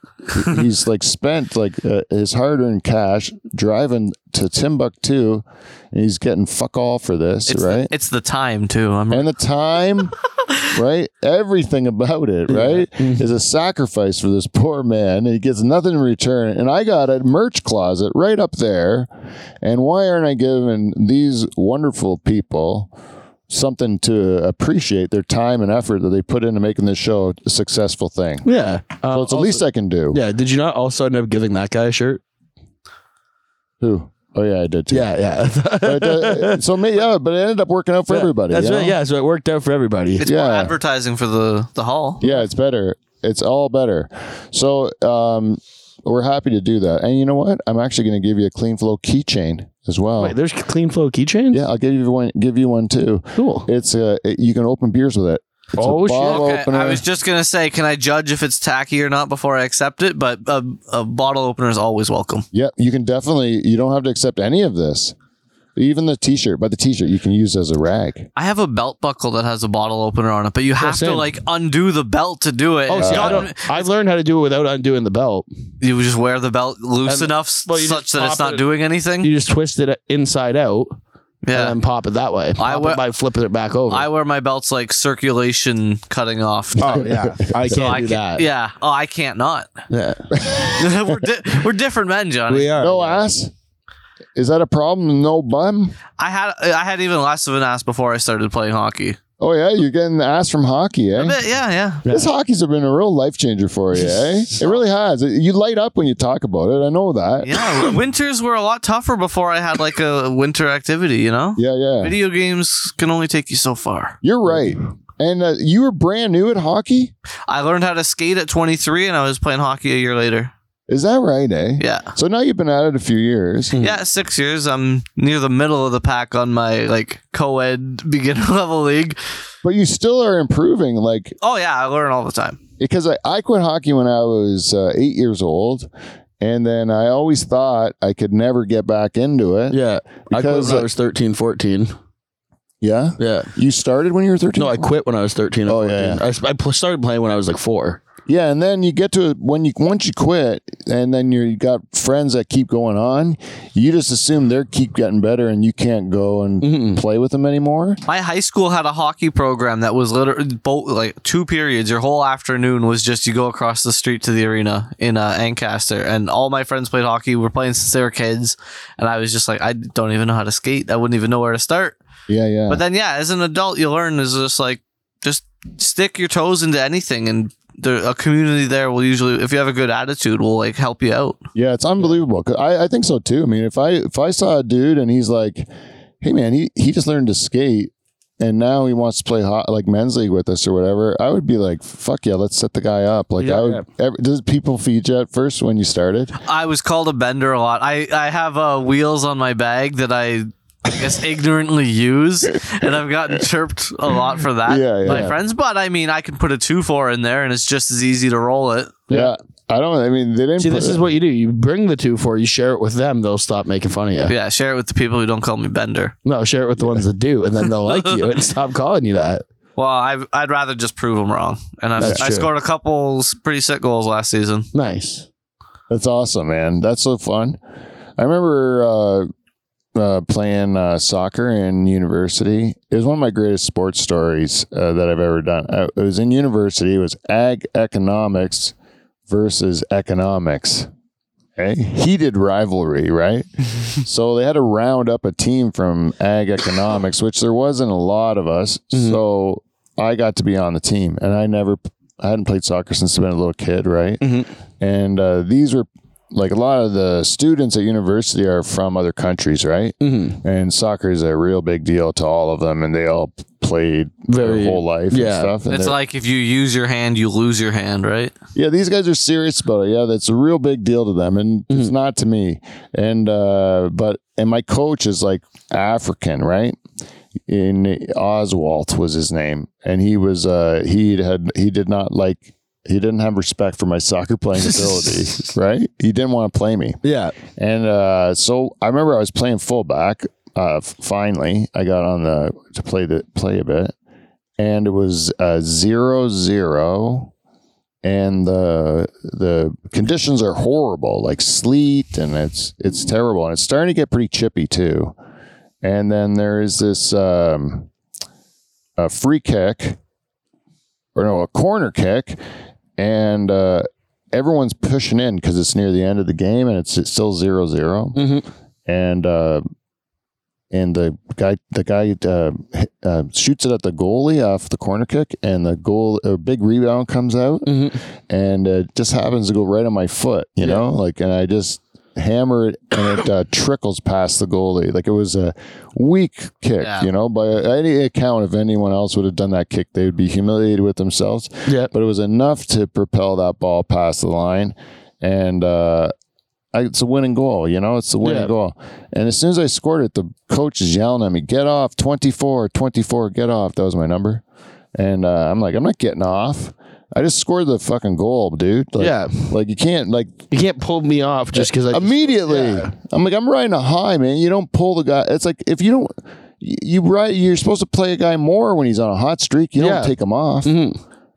Speaker 2: he's like spent like uh, his hard earned cash driving to Timbuktu, and he's getting fuck all for this,
Speaker 1: It's,
Speaker 2: right?
Speaker 1: the, it's the time too. I'm
Speaker 2: and the time, right? Everything about it, right,
Speaker 3: Mm-hmm.
Speaker 2: is a sacrifice for this poor man, and he gets nothing in return. And I got a merch closet right up there, and why aren't I giving these wonderful people? Something to appreciate their time and effort that they put into making this show a successful thing.
Speaker 3: Yeah. Um,
Speaker 2: So it's the least I can do.
Speaker 3: yeah. Did you not also end up giving that guy a shirt?
Speaker 2: Who? Oh yeah, I did too.
Speaker 3: Yeah. Yeah.
Speaker 2: But, uh, so me, yeah, but it ended up working out for everybody.
Speaker 3: That's
Speaker 2: you
Speaker 3: right.
Speaker 2: know?
Speaker 3: Yeah. So it worked out for everybody.
Speaker 1: it's more
Speaker 2: yeah.
Speaker 1: advertising for the the hall.
Speaker 2: Yeah, it's better. It's all better. So um, we're happy to do that. And you know what? I'm actually going to give you a clean flow keychain as well.
Speaker 3: Wait, there's clean flow keychains?
Speaker 2: yeah, I'll give you one. Give you one too.
Speaker 3: Cool.
Speaker 2: It's a. it- you can open beers with it. It's
Speaker 3: Oh,
Speaker 2: a
Speaker 3: shit.
Speaker 2: bottle
Speaker 1: Okay,
Speaker 2: opener.
Speaker 1: I was just gonna say, can I judge if it's tacky or not before I accept it? But a, a bottle opener is always welcome.
Speaker 2: yep, you can definitely. You don't have to accept any of this. Even the T-shirt, but the T-shirt you can use as a rag.
Speaker 1: I have a belt buckle that has a bottle opener on it, but you have to
Speaker 3: same.
Speaker 1: like undo the belt to do it.
Speaker 3: Oh,
Speaker 1: It's
Speaker 3: see,
Speaker 1: not-
Speaker 3: I don't, I've learned how to do it without undoing the belt.
Speaker 1: you just wear the belt loose
Speaker 3: And-
Speaker 1: enough s-
Speaker 3: well, you
Speaker 1: such
Speaker 3: just
Speaker 1: that it's
Speaker 3: pop
Speaker 1: not
Speaker 3: it-
Speaker 1: doing anything.
Speaker 3: You just twist it inside out
Speaker 1: yeah.
Speaker 3: and then pop it that way. Pop
Speaker 1: wear-
Speaker 3: it by flipping it back over.
Speaker 1: I wear my belts like circulation cutting off.
Speaker 3: oh, yeah. I can't do
Speaker 1: I
Speaker 3: that.
Speaker 1: Yeah. Oh, I can't not.
Speaker 3: Yeah.
Speaker 1: we're, di- we're different men, Johnny.
Speaker 3: We are.
Speaker 2: No ass. Is that a problem? No bum.
Speaker 1: I had I had even less of an ass before I started playing hockey.
Speaker 2: Oh yeah, you're getting ass from hockey, eh?
Speaker 1: A bit, yeah, yeah.
Speaker 2: This hockey's been a real life changer for you, eh? It really has. You light up when you talk about it. I know that.
Speaker 1: Yeah, winters were a lot tougher before I had like a winter activity, you know?
Speaker 2: Yeah, yeah.
Speaker 1: Video games can only take you so far.
Speaker 2: You're right. And uh, you were brand new at hockey?
Speaker 1: I learned how to skate at 23 and I was playing hockey a year later.
Speaker 2: Is that right, eh?
Speaker 1: Yeah.
Speaker 2: So now you've been at it a few years.
Speaker 1: Yeah, six years. I'm near the middle of the pack on my like co ed beginner level league.
Speaker 2: But you still are improving. Like,
Speaker 1: Oh, yeah, I learn all the time.
Speaker 2: because I, I quit hockey when I was uh, eight years old. And then I always thought I could never get back into it.
Speaker 3: Yeah. I quit
Speaker 2: Because,
Speaker 3: when
Speaker 2: uh,
Speaker 3: I was 13, 14.
Speaker 2: Yeah?
Speaker 3: Yeah.
Speaker 2: You started when you were 13?
Speaker 3: No, I quit when I was 13.
Speaker 2: Oh,
Speaker 3: or
Speaker 2: yeah,
Speaker 3: 14. I s- I, pl- started playing when I was like four.
Speaker 2: Yeah, and then you get to when you once you quit, and then you're, you got friends that keep going on. You just assume they are keep getting better, and you can't go and
Speaker 3: Mm-mm.
Speaker 2: play with them anymore.
Speaker 1: My high school had a hockey program that was literally both like two periods. Your whole afternoon was just you go across the street to the arena in uh, Ancaster, and all my friends played hockey. We were playing since they were kids, and I was just like, I don't even know how to skate. I wouldn't even know where to start.
Speaker 2: Yeah, yeah.
Speaker 1: But then, yeah, as an adult, you learn is just like just stick your toes into anything, and there, a community there will usually, if you have a good attitude, will like help you out.
Speaker 2: Yeah, it's unbelievable. 'Cause I, I think so too. I mean, if I if I saw a dude and he's like, "Hey man, he he just learned to skate and now he wants to play hot, like men's league with us or whatever," I would be like, "Fuck yeah, let's set the guy up." Like I
Speaker 3: Yeah,
Speaker 2: would. ev- does people feed you at first when you started?
Speaker 1: I was called a bender a lot. I, I have uh, wheels on my bag that I, I guess ignorantly use, and I've gotten chirped a lot for that
Speaker 2: Yeah, yeah.
Speaker 1: by friends. But I mean, I can put a two four in there, and it's just as easy to roll it.
Speaker 2: Yeah. I don't. I mean, they didn't.
Speaker 3: See,
Speaker 2: put
Speaker 3: this
Speaker 2: it-
Speaker 3: is what you do. You bring the two for you share it with them. They'll stop making fun of you.
Speaker 1: Yeah, share it with the people who don't call me bender.
Speaker 3: No, share it with the ones that do, and then they'll like you and stop calling you that.
Speaker 1: Well, i I'd rather just prove them wrong, and I,
Speaker 3: That's
Speaker 1: I
Speaker 3: true.
Speaker 1: scored a couple s- pretty sick goals last season.
Speaker 3: Nice.
Speaker 2: That's awesome, man. That's so fun. I remember uh, uh, playing uh, soccer in university. It was one of my greatest sports stories uh, that I've ever done. I, it was in university. It was ag economics versus economics. Okay, heated rivalry, right? so they had to round up a team from ag economics, which there wasn't a lot of us.
Speaker 3: Mhm.
Speaker 2: So I got to be on the team, and I never, I hadn't played soccer since I've been a little kid, right?
Speaker 3: Mhm.
Speaker 2: And uh, these were like a lot of the students at university are from other countries, right?
Speaker 3: Mm-hmm.
Speaker 2: And soccer is a real big deal to all of them, and they all played
Speaker 3: Very-
Speaker 2: their whole life and
Speaker 3: yeah.
Speaker 2: stuff. And
Speaker 1: It's
Speaker 2: they're-
Speaker 1: like if you use your hand, you lose your hand, right?
Speaker 2: yeah, these guys are serious about it. Yeah, that's a real big deal to them, and
Speaker 3: Mm-hmm.
Speaker 2: it's not to me. And uh, but and my coach is like African, right? In Oswald was his name, and he was uh, he had he did not like he didn't have respect for my soccer playing ability, right? He didn't want to play me.
Speaker 3: Yeah.
Speaker 2: And uh, so I remember I was playing fullback. Uh, f- finally, I got on the to play the play a bit, and it was uh, zero zero, and the the conditions are horrible, like sleet, and it's it's terrible, and it's starting to get pretty chippy too. And then there is this um, a free kick, or no, a corner kick, and uh, everyone's pushing in because it's near the end of the game, and it's, it's still zero zero
Speaker 3: Mm-hmm.
Speaker 2: and uh, and the guy the guy uh, hit- uh, shoots it at the goalie off the corner kick, and the goal a big rebound comes out,
Speaker 3: Mm-hmm.
Speaker 2: and it just happens to go right on my foot, you know, like and I just hammer it and it uh, trickles past the goalie like it was a weak kick
Speaker 1: Yeah.
Speaker 2: you know by any account if anyone else would have done that kick they would be humiliated with themselves
Speaker 3: Yeah.
Speaker 2: but it was enough to propel that ball past the line and uh I, it's a winning goal, you know, it's a winning
Speaker 3: Yeah.
Speaker 2: goal. And as soon as I scored it, the coach is yelling at me, get off 24, 24, get off. That was my number. And uh, I'm like, I'm not getting off. I just scored the fucking goal, dude. Like,
Speaker 3: Yeah.
Speaker 2: Like you can't, like,
Speaker 3: You can't pull me off just because I.
Speaker 2: immediately. I'm like, I'm riding a high, man. You don't pull the guy. It's like, if you don't, you, you ride, you're supposed to play a guy more when he's on a hot streak. You
Speaker 3: Yeah.
Speaker 2: don't take him off.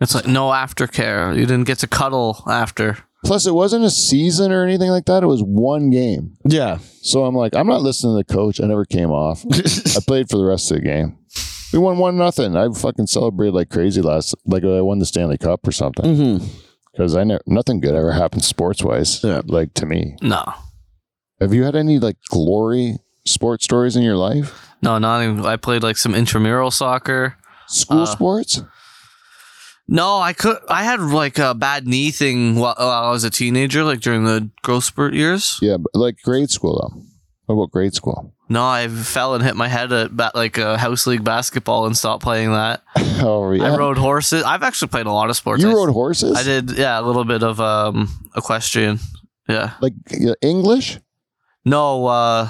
Speaker 1: It's like no aftercare. You didn't get to cuddle after.
Speaker 2: Plus, it wasn't a season or anything like that. It was one game.
Speaker 3: yeah.
Speaker 2: So I'm like, I'm not listening to the coach. I never came off. I played for the rest of the game. We won one nothing. I fucking celebrated like crazy last, like I won the Stanley Cup or something.
Speaker 3: Mm-hmm.
Speaker 2: Because I never, nothing good ever happened sports wise.
Speaker 3: Yeah.
Speaker 2: Like to me,
Speaker 1: No,
Speaker 2: have you had any like glory sports stories in your life?
Speaker 1: no, not even. I played like some intramural soccer.
Speaker 2: School
Speaker 1: Uh,
Speaker 2: sports?
Speaker 1: No, I could. I had like a bad knee thing while, while I was a teenager, like during the growth spurt years.
Speaker 2: Yeah, but like grade school though. What about grade school?
Speaker 1: No, I fell and hit my head at ba- like a house league basketball and stopped playing that.
Speaker 2: Oh yeah,
Speaker 1: I rode horses. I've actually played a lot of sports.
Speaker 2: you
Speaker 1: I-
Speaker 2: rode horses.
Speaker 1: I did, yeah, a little bit of um equestrian. Yeah.
Speaker 2: Like uh, English,
Speaker 1: No, uh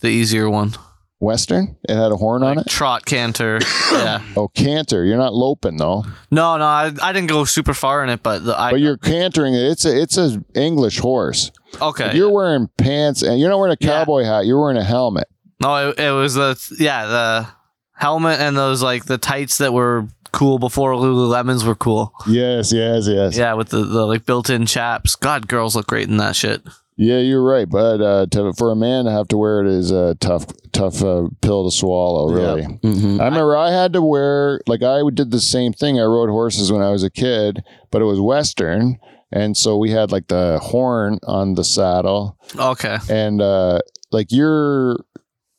Speaker 1: the easier one.
Speaker 2: Western. It had a horn on it.
Speaker 1: Trot canter. yeah.
Speaker 2: Oh, canter. You're not loping though.
Speaker 1: No, no, I, I didn't go super far in it, but the I
Speaker 2: but you're cantering. It's a it's a English horse.
Speaker 1: okay.
Speaker 2: you're wearing pants and you're not wearing a
Speaker 1: Yeah.
Speaker 2: cowboy hat. You're wearing a helmet.
Speaker 1: no, it, it was the yeah, the helmet and those like the tights that were cool before Lululemons were cool.
Speaker 2: Yes, yes, yes. Yeah,
Speaker 1: Yeah, with the, the like built-in chaps. God, girls look great in that shit.
Speaker 2: you're right. But uh, to, for a man to have to wear it is a tough tough uh, pill to swallow. Really.
Speaker 3: Mm-hmm.
Speaker 2: I remember I had to wear like I did the same thing. I rode horses when I was a kid, but it was western. And so we had like the horn on the saddle,
Speaker 1: Okay.
Speaker 2: and uh, like your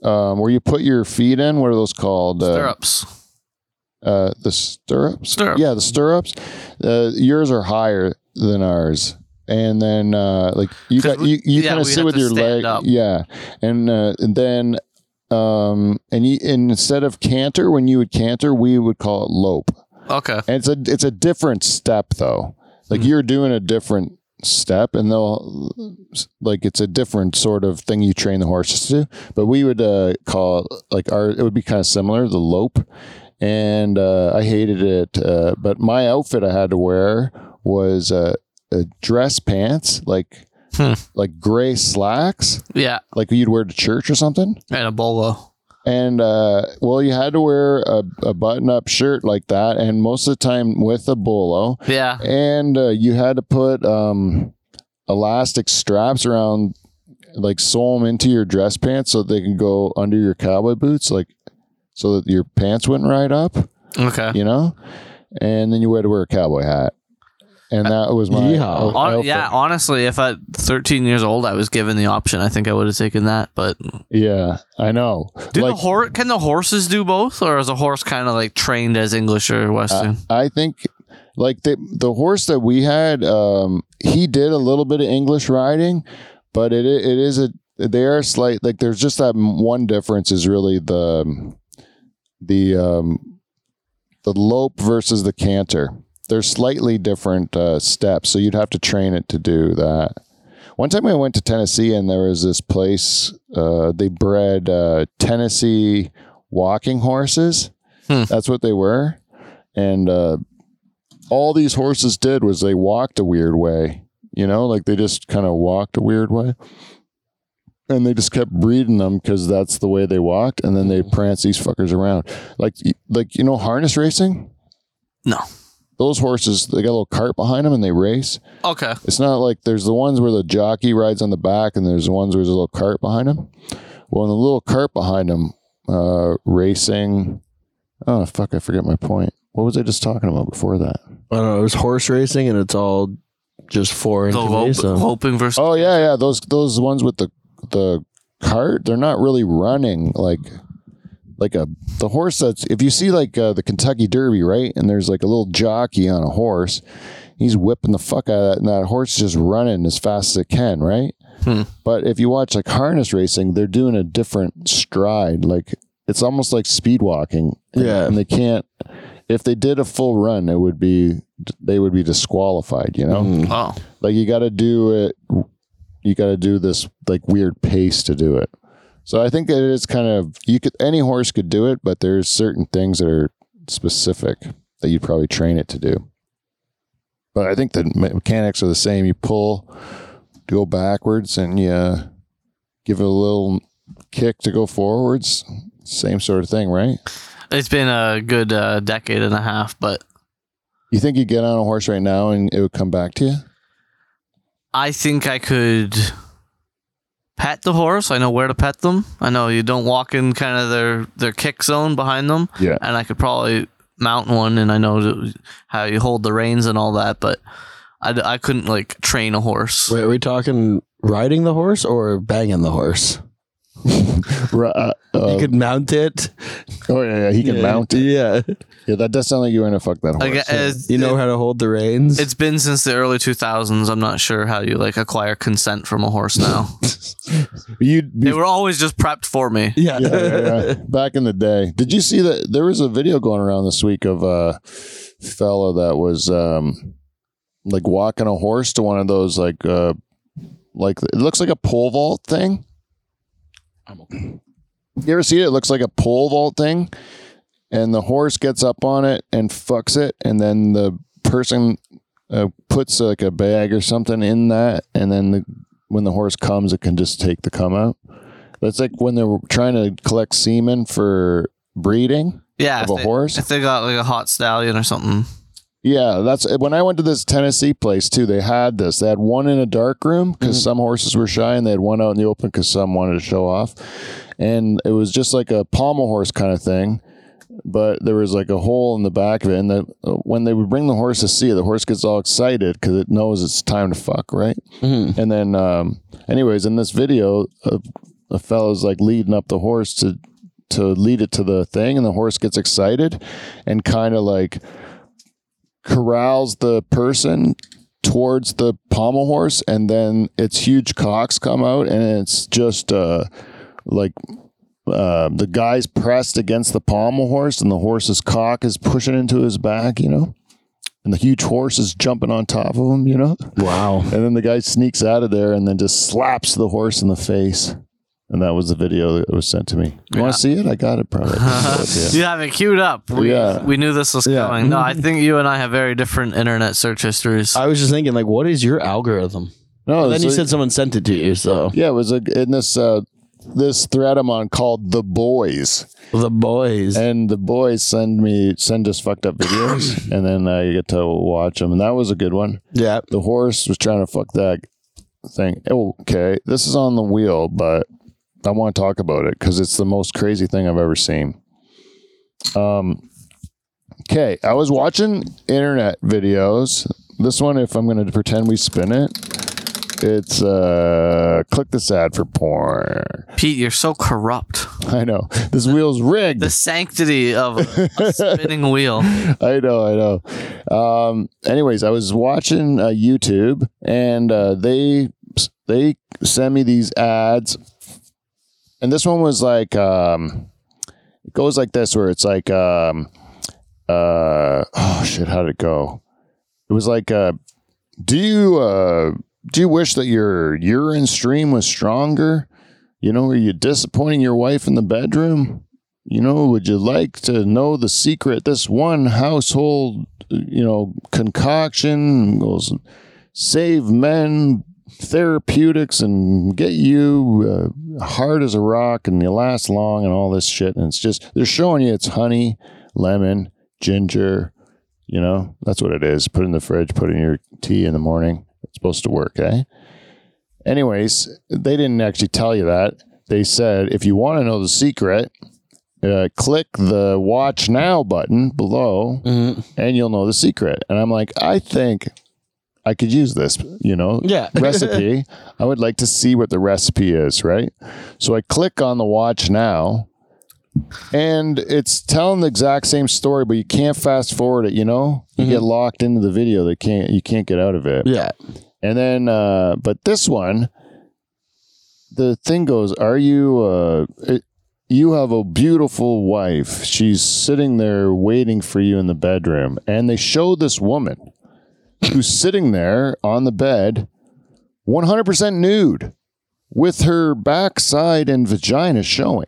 Speaker 2: um, where you put your feet in. What are those called? Uh,
Speaker 1: Stirrups.
Speaker 2: Uh, the stirrups.
Speaker 1: Stirrups.
Speaker 2: Yeah, the stirrups. Uh, yours are higher than ours. And then, uh, like you
Speaker 1: 'Cause
Speaker 2: got
Speaker 1: we-
Speaker 2: you, you
Speaker 1: yeah,
Speaker 2: kind of
Speaker 1: we
Speaker 2: sit
Speaker 1: have
Speaker 2: with
Speaker 1: to
Speaker 2: your
Speaker 1: stand
Speaker 2: leg,
Speaker 1: up.
Speaker 2: yeah. And, uh, and then, um, and you and instead of canter, when you would canter, we would call it lope.
Speaker 1: Okay.
Speaker 2: And it's a it's a different step though. Like you're doing a different step, and they'll like it's a different sort of thing you train the horses to. But we would uh, call it, like our it would be kind of similar the lope, and uh, I hated it. Uh, but my outfit I had to wear was uh, uh, dress pants, like
Speaker 1: Hmm.
Speaker 2: like gray slacks,
Speaker 1: Yeah,
Speaker 2: like you'd wear to church or something
Speaker 1: and a bolo.
Speaker 2: and uh, well, you had to wear a, a button-up shirt like that, and most of the time with a bolo,
Speaker 1: Yeah.
Speaker 2: and uh, you had to put um, elastic straps around, like sew them into your dress pants so they can go under your cowboy boots, like so that your pants wouldn't ride up,
Speaker 1: Okay.
Speaker 2: you know. And then you had to wear a cowboy hat, and that was my
Speaker 3: Yeehaw.
Speaker 2: out-
Speaker 1: Hon-
Speaker 2: outfit.
Speaker 1: Oh, yeah, honestly, if at 13 years old I was given the option, I think I would have taken that. But
Speaker 2: yeah, I know.
Speaker 1: do the hor- can the horses do both, or is a horse kind of like trained as English or Western?
Speaker 2: I think like the the horse that we had, um, he did a little bit of English riding, but it it is a they are slight like there's just that m- one difference is really the the um, the lope versus the canter. They're slightly different uh, steps, so you'd have to train it to do that. One time I went to Tennessee and there was this place uh, they bred uh, Tennessee walking horses.
Speaker 1: Hmm.
Speaker 2: That's what they were and uh, all these horses did was they walked a weird way you know like they just kind of walked a weird way and they just kept breeding them because that's the way they walked, and then they
Speaker 1: Hmm.
Speaker 2: prance these fuckers around, like like you know harness racing.
Speaker 1: No.
Speaker 2: Those horses, they got a little cart behind them and they race.
Speaker 1: Okay.
Speaker 2: It's not like there's the ones where the jockey rides on the back and there's the ones where there's a little cart behind him. Well, in the little cart behind him, uh, racing. Oh, fuck, I forget my point. What was I just talking about before that?
Speaker 3: I don't know. It was horse racing, and it's all just foreign
Speaker 1: The
Speaker 3: to
Speaker 1: hope,
Speaker 3: me. So
Speaker 1: hoping versus.
Speaker 2: Oh, yeah, yeah. Those those ones with the the cart, they're not really running like like a the horse that's if you see like uh, the Kentucky Derby, right? And there's like a little jockey on a horse. He's whipping the fuck out of that, and that horse is just running as fast as it can, right?
Speaker 1: Hmm.
Speaker 2: But if you watch like harness racing, they're doing a different stride. Like it's almost like speed walking.
Speaker 3: Yeah.
Speaker 2: and they can't. If they did a full run, it would be they would be disqualified. You know,
Speaker 3: Mm.
Speaker 1: Oh.
Speaker 2: like you got to do it. You got to do this like weird pace to do it. So I think it is kind of you could any horse could do it, but there's certain things that are specific that you'd probably train it to do. But I think the me- mechanics are the same. You pull, go backwards, and you uh, give it a little kick to go forwards. Same sort of thing, right?
Speaker 1: It's been a good uh, decade and a half, but
Speaker 2: You think you get on a horse right now and it would come back to you?
Speaker 1: I think I could pet the horse. I know where to pet them. I know you don't walk in kind of their their kick zone behind them.
Speaker 2: Yeah.
Speaker 1: And I could probably mount one, and I know th- how you hold the reins and all that, but I, d- I couldn't like train a horse.
Speaker 3: Wait, are we talking riding the horse or banging the horse?
Speaker 2: Right. Uh, uh,
Speaker 3: you could mount it.
Speaker 2: oh yeah, yeah, he can
Speaker 3: Yeah,
Speaker 2: mount it.
Speaker 3: Yeah,
Speaker 2: Yeah, that does sound like you want to fuck that horse.
Speaker 1: I guess, it's-
Speaker 3: you know
Speaker 1: it,
Speaker 3: how to hold the reins.
Speaker 1: it's been since the early 2000s. I'm not sure how you like acquire consent from a horse now.
Speaker 2: You'd be,
Speaker 1: they were always just prepped for me.
Speaker 3: yeah.
Speaker 2: yeah, yeah, yeah. back in the day. Did you see that there was a video going around this week of a fella that was um like walking a horse to one of those like uh like it looks like a pole vault thing. You ever see it? It looks like a pole vault thing, and the horse gets up on it and fucks it, and then the person uh, puts like a bag or something in that, and then the, when the horse comes, it can just take the cum out. That's like when they were trying to collect semen for breeding
Speaker 1: Yeah.
Speaker 2: of
Speaker 1: If
Speaker 2: a
Speaker 1: they,
Speaker 2: horse.
Speaker 1: if they got like a hot stallion or something.
Speaker 2: Yeah, that's when I went to this Tennessee place too. They had this. They had one in a dark room because some horses were shy, and they had one out in the open because some wanted to show off. And it was just like a pommel horse kind of thing, but there was like a hole in the back of it. And the, when they would bring the horse to see it, the horse gets all excited because it knows it's time to fuck, right?
Speaker 3: Mhm.
Speaker 2: And then, um, anyways, in this video, a, a fellow's like leading up the horse to to lead it to the thing, and the horse gets excited and kind of like corrals the person towards the pommel horse, and then its huge cocks come out, and it's just uh, like. Uh, the guy's pressed against the pommel horse, and the horse's cock is pushing into his back, you know, and the huge horse is jumping on top of him, you know.
Speaker 3: Wow.
Speaker 2: And then the guy sneaks out of there and then just slaps the horse in the face. And that was the video that was sent to me. You want
Speaker 1: Yeah.
Speaker 2: to see it? I got it probably. yeah.
Speaker 1: You have it queued up. We
Speaker 2: Yeah.
Speaker 1: we knew this was
Speaker 3: Yeah.
Speaker 1: coming. No, I think you and I have very different internet search histories.
Speaker 3: I was just thinking, like, what is your algorithm?
Speaker 2: No,
Speaker 3: And then
Speaker 2: it's
Speaker 3: you
Speaker 2: like-
Speaker 3: said someone sent it to you, so
Speaker 2: yeah, it was a, in this uh, this thread I'm on called "The Boys,"
Speaker 3: the boys.
Speaker 2: and the boys send me send us fucked up videos, and then I get to watch them. And that was a good one.
Speaker 3: Yeah,
Speaker 2: The horse was trying to fuck that thing. Okay, this is on the wheel, but I want to talk about it because it's the most crazy thing I've ever seen. Um, okay, I was watching internet videos. This one, if I'm going to pretend we spin it, it's uh, click this ad for porn.
Speaker 1: Pete, you're so corrupt.
Speaker 2: I know this wheel's rigged.
Speaker 1: The sanctity of a spinning wheel.
Speaker 2: I know, I know. Um, anyways, I was watching uh, YouTube, and uh, they they send me these ads, and this one was like, um, it goes like this, where it's like, um, uh, oh shit, how did it go? It was like, uh, do you uh, do you wish that your urine stream was stronger? You know, are you disappointing your wife in the bedroom? you know, would you like to know the secret? This one household, you know, concoction goes save men therapeutics and get you uh, hard as a rock and you last long and all this shit. And it's just, they're showing you it's honey, lemon, ginger. You know, that's what it is. Put it in the fridge, put it in your tea in the morning. It's supposed to work, eh? Anyways, they didn't actually tell you that. They said if you want to know the secret, uh, click the watch now button below
Speaker 3: Mhm.
Speaker 2: and you'll know the secret. And I'm like, I think I could use this, you know,
Speaker 3: Yeah.
Speaker 2: recipe. I would like to see what the recipe is, right? So I click on the watch now, and it's telling the exact same story, but you can't fast forward it. You know, you get locked into the video that can't you can't get out of it.
Speaker 3: Yeah.
Speaker 2: And then, uh, but this one, the thing goes, are you, uh, it, you have a beautiful wife. She's sitting there waiting for you in the bedroom. And they show this woman who's sitting there on the bed, 100% nude, with her backside and vagina showing,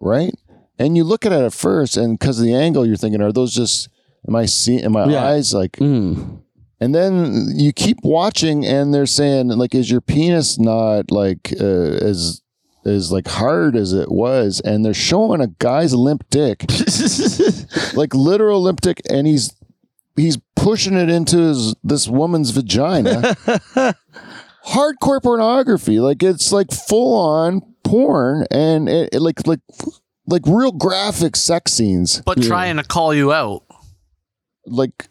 Speaker 2: right? And you look at it at first, and because of the angle, you're thinking, are those just, am I seeing, am my
Speaker 3: Yeah.
Speaker 2: eyes like,
Speaker 3: Mm.
Speaker 2: and then you keep watching, and they're saying like, "Is your penis not like uh, as as like hard as it was?" And they're showing a guy's limp dick, like literal limp dick, and he's he's pushing it into his this woman's vagina. Hardcore pornography, like it's like full on porn, and it, it like like like real graphic sex scenes
Speaker 1: But trying to call you out.
Speaker 2: like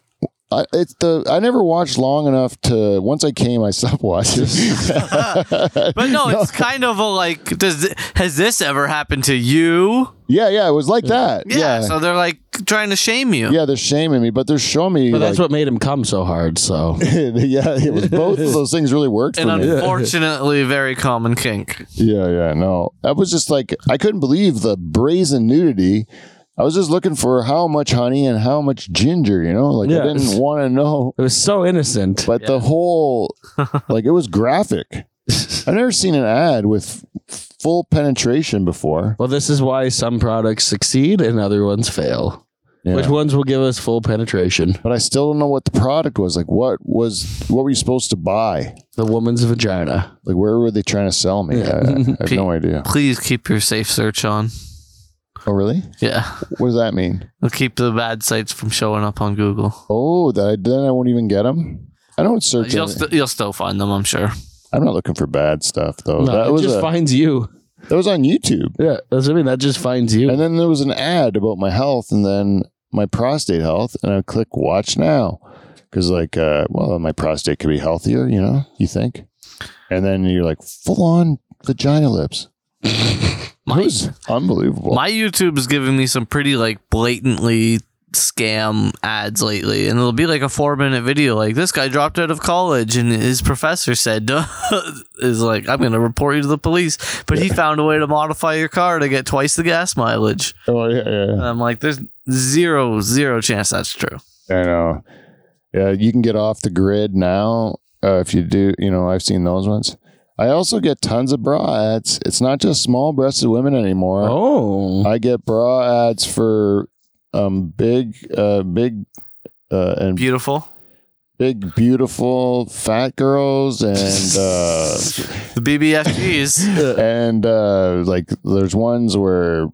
Speaker 2: I, it's the I never watched long enough to once I came I stopped watching.
Speaker 1: But no, it's kind of a like, does thi- has this ever happened to you?
Speaker 2: yeah, yeah, it was like that.
Speaker 1: Yeah.
Speaker 2: Yeah.
Speaker 1: So they're like trying to shame you.
Speaker 2: yeah, they're shaming me, but they're showing me
Speaker 3: But that's
Speaker 2: like,
Speaker 3: what made him come so hard. So
Speaker 2: yeah, it was both of those things really worked
Speaker 1: An
Speaker 2: for me.
Speaker 1: unfortunately very common kink.
Speaker 2: Yeah, yeah, no. I was just like I couldn't believe the brazen nudity. I was just looking for how much honey and how much ginger, you know? Like
Speaker 3: Yeah.
Speaker 2: I didn't want to know.
Speaker 3: it was so innocent.
Speaker 2: But the whole, like, it was graphic. I've never seen an ad with full penetration before.
Speaker 3: Well, this is why some products succeed and other ones fail.
Speaker 2: Yeah.
Speaker 3: Which ones will give us full penetration?
Speaker 2: but I still don't know what the product was. Like, what was what were you supposed to buy?
Speaker 3: The woman's vagina.
Speaker 2: Like, where were they trying to sell me? I, I have no idea.
Speaker 1: Please keep your safe search on.
Speaker 2: Oh, really?
Speaker 1: Yeah.
Speaker 2: What does that mean?
Speaker 1: It'll keep the bad sites from showing up on Google.
Speaker 2: Oh, that I, then I won't even get them. I don't search.
Speaker 1: You'll,
Speaker 2: any-
Speaker 1: st- you'll still find them, I'm sure.
Speaker 2: I'm not looking for bad stuff though.
Speaker 3: no,
Speaker 2: Oh, that
Speaker 3: it
Speaker 2: was
Speaker 3: just
Speaker 2: a,
Speaker 3: finds you.
Speaker 2: that was on YouTube,
Speaker 3: Yeah, that's what I mean. That just finds you.
Speaker 2: and then there was an ad about my health, and then my prostate health, and I click watch now because like, uh, well, my prostate could be healthier, you know? You think? And then you're like full on vagina lips.
Speaker 1: My,
Speaker 2: It was unbelievable.
Speaker 1: my YouTube is giving me some pretty like blatantly scam ads lately and it'll be like a four minute video like this guy dropped out of college and his professor said is like i'm gonna report you to the police but he found a way to modify your car to get twice the gas mileage
Speaker 2: oh yeah, yeah. yeah.
Speaker 1: and i'm like there's zero zero chance that's true
Speaker 2: I know. Yeah, you can get off the grid now uh, if you do. You know, I've seen those ones. I also get tons of bra ads. It's not just small-breasted women anymore.
Speaker 3: oh.
Speaker 2: uh, I get bra ads for um, big, uh, big, uh, and
Speaker 1: beautiful
Speaker 2: big, beautiful fat girls, and uh,
Speaker 1: the bbfgs
Speaker 2: and uh, like there's ones where,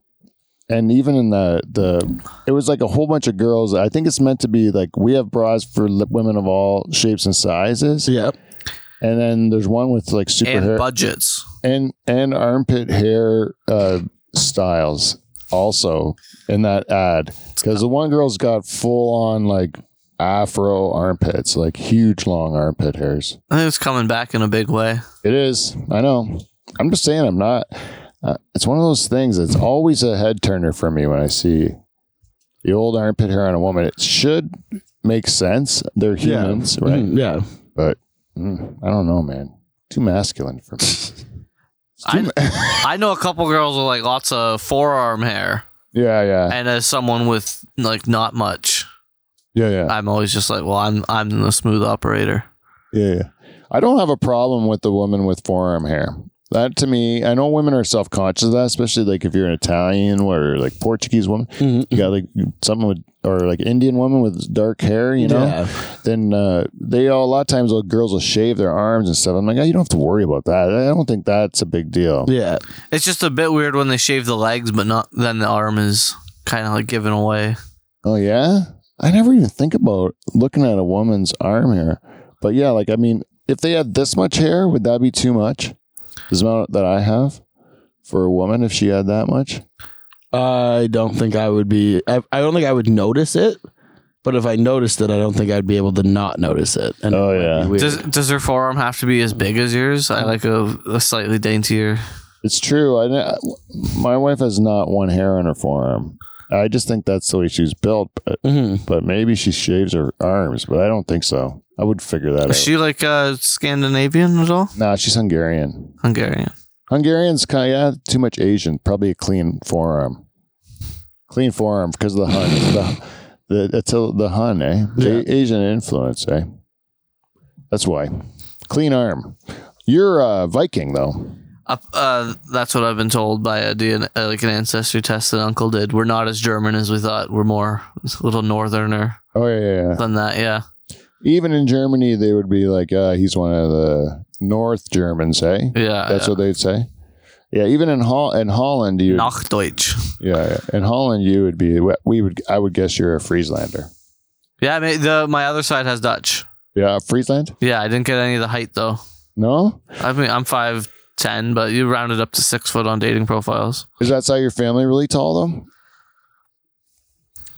Speaker 2: and even in the the, it was like a whole bunch of girls. I think it's meant to be like we have bras for li- women of all shapes and sizes.
Speaker 3: Yeah.
Speaker 2: And then there's one with like super
Speaker 1: and
Speaker 2: hair
Speaker 1: budgets
Speaker 2: and and armpit hair uh, styles also in that ad because the one girl's got full on like afro armpits, like huge long armpit hairs.
Speaker 1: i think it's coming back in a big way
Speaker 2: It is. I know. I'm just saying. I'm not. Uh, it's one of those things that's always a head turner for me when I see the old armpit hair on a woman. It should make sense. They're
Speaker 3: Yeah.
Speaker 2: humans, right?
Speaker 3: Mm, yeah.
Speaker 2: But mm, I don't know, man. Too masculine for me.
Speaker 1: I, I know a couple girls with like lots of forearm hair
Speaker 2: Yeah, yeah,
Speaker 1: and as someone with like not much
Speaker 2: yeah, yeah,
Speaker 1: I'm always just like, well, I'm I'm the smooth operator.
Speaker 2: yeah, yeah. I don't have a problem with the woman with forearm hair. That to me, I know women are self conscious of that, especially like if you're an Italian or like Portuguese woman, you got like someone with or like Indian woman with dark hair,
Speaker 3: Mm-hmm.
Speaker 2: you know.
Speaker 3: Yeah.
Speaker 2: Then uh, they all a lot of times little girls will shave their arms and stuff. I'm like, oh, you don't have to worry about that. I don't think that's a big deal.
Speaker 3: Yeah.
Speaker 1: It's just a bit weird when they shave the legs, but not then the arm is kind of like given away.
Speaker 2: Oh yeah, I never even think about looking at a woman's arm hair. But yeah, like I mean, if they had this much hair, would that be too much? The amount that I have for a woman, if she had that much.
Speaker 3: I don't think I would be. I, I don't think I would notice it. But if I noticed it, I don't think I'd be able to not notice it. And
Speaker 2: Oh,
Speaker 3: it might be
Speaker 2: yeah.
Speaker 3: weird.
Speaker 1: Does does her forearm have to be as big as yours? I like a, a slightly daintier.
Speaker 2: It's true. I, ne- my wife has not one hair on her forearm. I just think that's the way she's built, but,
Speaker 3: Mhm.
Speaker 2: but maybe she shaves her arms, but I don't think so. I would figure that out.
Speaker 1: Is she like uh, Scandinavian at all?
Speaker 2: nah, she's Hungarian.
Speaker 1: Hungarian.
Speaker 2: Hungarians kind of yeah, too much Asian. Probably a clean forearm. Clean forearm because of the Hun. the, the, it's a- the Hun, eh? The Asian influence, eh? That's why. Clean arm. You're a Viking, though.
Speaker 1: Uh, uh, that's what I've been told by a DNA, uh, like an ancestry test that Uncle did. We're not as German as we thought. We're more a little northerner
Speaker 2: Oh, yeah, yeah, yeah.
Speaker 1: than that. Yeah.
Speaker 2: Even in Germany, they would be like, uh, he's one of the North Germans, eh?
Speaker 1: Yeah.
Speaker 2: That's
Speaker 1: yeah.
Speaker 2: what they'd say. Yeah, even in Hol- in Holland, you
Speaker 1: Nachdeutsch.
Speaker 2: yeah, yeah. in Holland you would be we would I would guess you're a Frieslander.
Speaker 1: Yeah, I mean, the my other side has Dutch.
Speaker 2: Yeah, Friesland?
Speaker 1: Yeah, I didn't get any of the height though.
Speaker 2: No,
Speaker 1: I mean, I'm five ten, but you rounded up to six foot on dating profiles.
Speaker 2: Is that side of your family really tall though?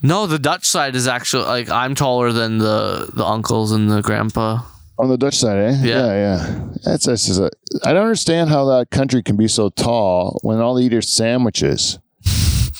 Speaker 1: No, the Dutch side is actually like I'm taller than the the uncles and the grandpa.
Speaker 2: On the Dutch side, eh?
Speaker 1: Yeah.
Speaker 2: yeah. yeah. That's, that's just a, I don't understand how that country can be so tall when all they eat are sandwiches.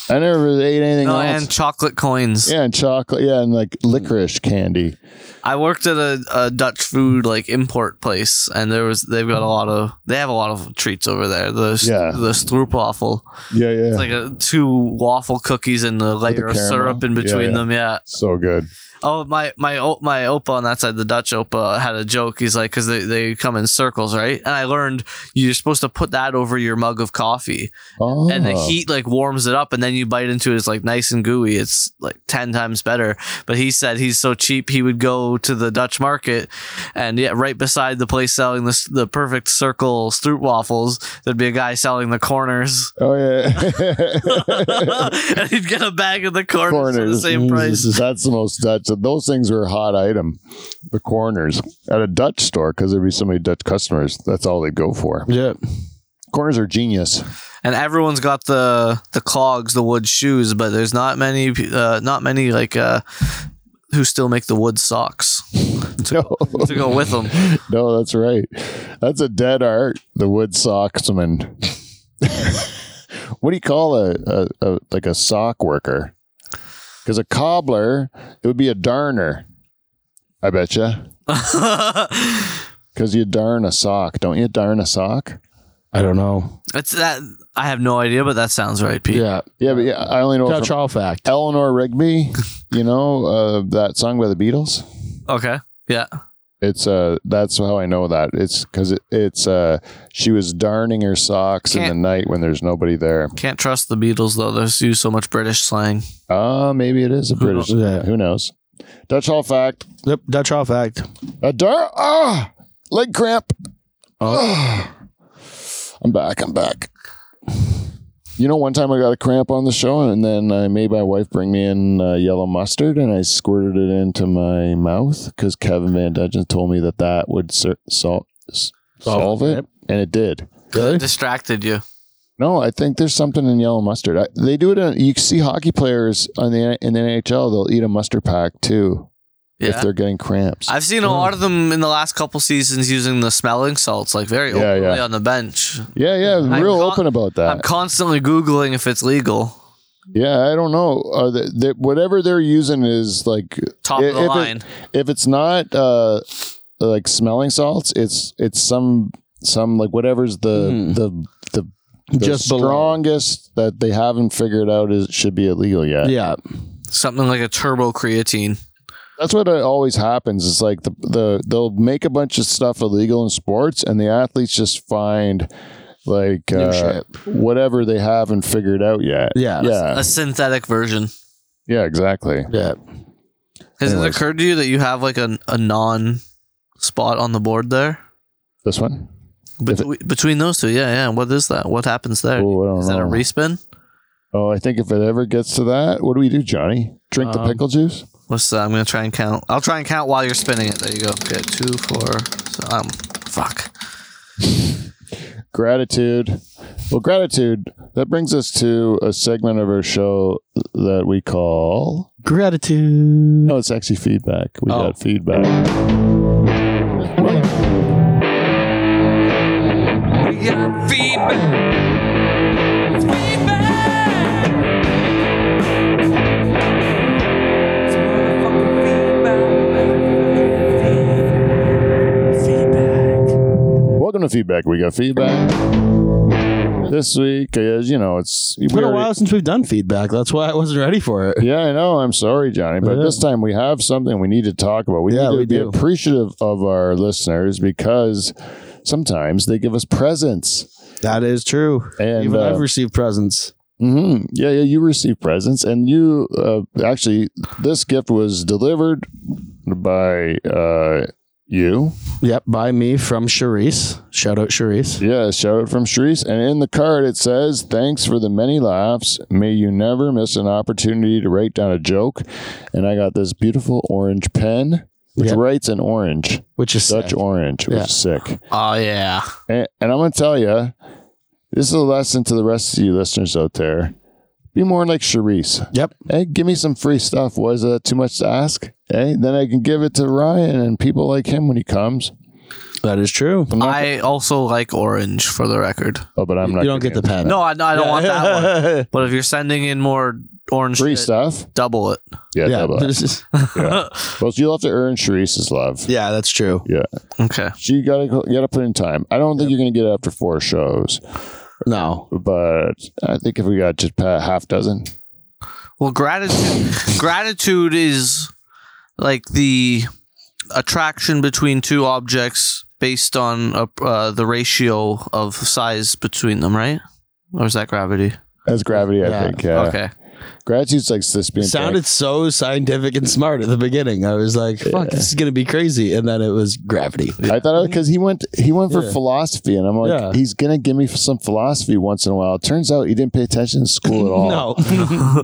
Speaker 2: I never really ate anything
Speaker 1: No,
Speaker 2: else.
Speaker 1: Oh, and chocolate coins.
Speaker 2: yeah, and chocolate. Yeah, and like licorice candy.
Speaker 1: I worked at a, a Dutch food like import place, and there was they've got a lot of they have a lot of treats over there. The
Speaker 2: Yeah.
Speaker 1: yeah. the stroopwafel,
Speaker 2: Yeah, yeah.
Speaker 1: It's like a, two waffle cookies and a layer of
Speaker 2: caramel?
Speaker 1: syrup in
Speaker 2: Yeah,
Speaker 1: between
Speaker 2: yeah.
Speaker 1: them. Yeah.
Speaker 2: so good.
Speaker 1: Oh, my my o- my opa on that side, the Dutch opa had a joke. He's like, because they, they come in circles, right? And I learned you're supposed to put that over your mug of coffee,
Speaker 2: Oh,
Speaker 1: and the heat like warms it up, and then you bite into it. It's like nice and gooey. It's like ten times better. But he said he's so cheap, he would go to the Dutch market, and yeah, right beside the place selling the s- the perfect circle stroop waffles, there'd be a guy selling the corners.
Speaker 2: Oh, yeah.
Speaker 1: and he'd get a bag of the corners, for the
Speaker 2: Corners.
Speaker 1: same price.
Speaker 2: That's the most Dutch. Those things were a hot item. The corners at a Dutch store because there'd be so many Dutch customers. That's all they'd go for.
Speaker 3: Yeah.
Speaker 2: Corners are genius.
Speaker 1: and everyone's got the the clogs, the wood shoes, but there's not many, uh, not many like uh, who still make the wood socks
Speaker 2: No.
Speaker 1: to go with them.
Speaker 2: No, that's right. That's a dead art. The wood socksman. what do you call a, a, a like a sock worker? Because a cobbler, it would be a darner. I bet you. Because you darn a sock, don't you? Darn a sock.
Speaker 3: I don't know.
Speaker 1: It's that I have no idea, but that sounds right, Pete.
Speaker 3: Yeah.
Speaker 2: Yeah, but yeah, I only know it
Speaker 3: Dutch
Speaker 2: Oh, from
Speaker 3: Hall fact.
Speaker 2: Eleanor Rigby. You know uh, that song by the Beatles.
Speaker 1: Okay. Yeah.
Speaker 2: It's uh, that's how I know that. It's because it, it's uh, she was darning her socks in
Speaker 1: Can't-
Speaker 2: the night when there's nobody there.
Speaker 1: Can't trust the Beatles though. They use so much British slang.
Speaker 2: Ah, maybe it is a British.
Speaker 3: Yeah.
Speaker 2: Who knows? Dutch Hall fact.
Speaker 3: Yep. Dutch Hall fact.
Speaker 2: A dar- ah, leg cramp. Ah. I'm back. I'm back. You know, one time I got a cramp on the show, and then I made my wife bring me in uh, yellow mustard, and I squirted it into my mouth because Kevin Van Dudgeon told me that that would ser- sol- s- solve it, and it did.
Speaker 3: Really?
Speaker 1: Distracted you.
Speaker 2: No, I think there's something in yellow mustard. I, they do it. In, you see hockey players on the in the NHL, they'll eat a mustard pack too if
Speaker 1: Yeah.
Speaker 2: they're getting cramps.
Speaker 1: I've seen a lot of them in the last couple seasons using the smelling salts, like very
Speaker 2: Yeah,
Speaker 1: openly
Speaker 2: yeah. Uh,
Speaker 1: on the bench.
Speaker 2: yeah, yeah,
Speaker 1: I'm
Speaker 2: real
Speaker 1: con-
Speaker 2: open about
Speaker 1: I'm
Speaker 2: that.
Speaker 1: constantly googling if it's legal.
Speaker 2: yeah, I don't know. Are they, they, whatever they're using is like
Speaker 1: Top
Speaker 2: i-
Speaker 1: of the
Speaker 2: if it-
Speaker 1: line.
Speaker 2: if it's not uh, like smelling salts, it's it's some some like whatever's the
Speaker 3: Hmm.
Speaker 2: the the, the
Speaker 3: Just below.
Speaker 2: strongest that they haven't figured out is should be illegal yet.
Speaker 3: Yeah.
Speaker 1: Something like a turbo creatine.
Speaker 2: That's what it always happens. It's like the the they'll make a bunch of stuff illegal in sports, and the athletes just find like
Speaker 3: New
Speaker 2: uh,
Speaker 3: shit.
Speaker 2: whatever they haven't figured out yet.
Speaker 3: Yeah.
Speaker 2: yeah,
Speaker 1: a synthetic version.
Speaker 2: yeah, exactly.
Speaker 3: Yeah.
Speaker 1: Has it
Speaker 2: Anyways.
Speaker 1: occurred to you that you have like a, a non spot on the board there?
Speaker 2: This one.
Speaker 1: Bet-
Speaker 2: If
Speaker 1: between those two, yeah, yeah. What is that? What happens there? Is
Speaker 2: Oh, I don't
Speaker 1: that a
Speaker 2: know.
Speaker 1: respin?
Speaker 2: Oh, I think if it ever gets to that, what do we do, Johnny? Drink the
Speaker 3: Um,
Speaker 2: pickle juice?
Speaker 1: What's that? I'm gonna try and count. I'll try and count while you're spinning it. There you go. Okay, two, four. So, um, fuck.
Speaker 2: Gratitude. Well, gratitude. That brings us to a segment of our show that we call.
Speaker 3: Gratitude.
Speaker 2: No, it's actually feedback. We
Speaker 3: Oh.
Speaker 2: got feedback.
Speaker 5: We got feedback. It's feedback. It's motherfucking feedback. Feedback.
Speaker 2: Welcome to feedback. We got feedback this week. As you know, it's
Speaker 3: It's been a while since we've done feedback. That's why I wasn't ready for it.
Speaker 2: Yeah, I know. I'm sorry, Johnny, but
Speaker 3: Yeah.
Speaker 2: this time we have something we need to talk about. We
Speaker 3: Yeah,
Speaker 2: need to
Speaker 3: we
Speaker 2: be
Speaker 3: do.
Speaker 2: appreciative of our listeners because sometimes they give us presents.
Speaker 3: That is true.
Speaker 2: And
Speaker 3: Even
Speaker 2: uh,
Speaker 3: I've received presents.
Speaker 2: hmm Yeah, yeah, you receive presents, and you uh, actually this gift was delivered by uh, you.
Speaker 3: Yep, by me from Charisse. Shout out Charisse.
Speaker 2: Yeah, shout out from Sharice, and in the card it says, "Thanks for the many laughs. May you never miss an opportunity to write down a joke." And I got this beautiful orange pen. Which
Speaker 3: Yeah.
Speaker 2: writes in orange,
Speaker 3: Which is
Speaker 2: Dutch
Speaker 3: sick.
Speaker 2: orange, which
Speaker 3: Yeah.
Speaker 2: is sick.
Speaker 1: Oh yeah.
Speaker 2: And, and I'm going to tell you, this is a lesson to the rest of you listeners out there. Be more like Charisse.
Speaker 3: Yep.
Speaker 2: Hey, give me some free stuff. Was that too much to ask? Hey, then I can give it to Ryan and people like him when he comes.
Speaker 3: That is true.
Speaker 2: I'm not-
Speaker 1: I also like orange for the record.
Speaker 2: oh, but I'm not.
Speaker 3: you don't
Speaker 2: giving
Speaker 3: get the
Speaker 2: him
Speaker 3: pen.
Speaker 1: No, I, no, I don't want that one. But if you're sending in more orange
Speaker 2: free
Speaker 1: shit,
Speaker 2: stuff.
Speaker 1: double it.
Speaker 2: Yeah,
Speaker 3: yeah,
Speaker 2: double.
Speaker 3: this is-
Speaker 2: Well, you'll have to earn Charisse's love.
Speaker 3: yeah, that's true.
Speaker 1: Okay.
Speaker 2: She gotta go, you gotta put in time. I don't think you're gonna get it after four shows,
Speaker 3: No.
Speaker 2: but I think if we got just pa- half dozen,
Speaker 1: Well, gratitude gratitude is like the attraction between two objects based on a, uh, the ratio of size between them, right? Or is that gravity?
Speaker 2: that's gravity. I
Speaker 3: Yeah.
Speaker 2: think. Yeah.
Speaker 1: Okay.
Speaker 2: Gratitude's like this being
Speaker 3: It sounded so scientific and smart at the beginning. I was like, fuck, this is going to be crazy. And then it was gravity.
Speaker 2: I thought because he went he went for
Speaker 3: Yeah.
Speaker 2: philosophy, and I'm like,
Speaker 3: Yeah.
Speaker 2: he's gonna give me some philosophy once in a while. Turns out he didn't pay attention in school at all.
Speaker 3: No.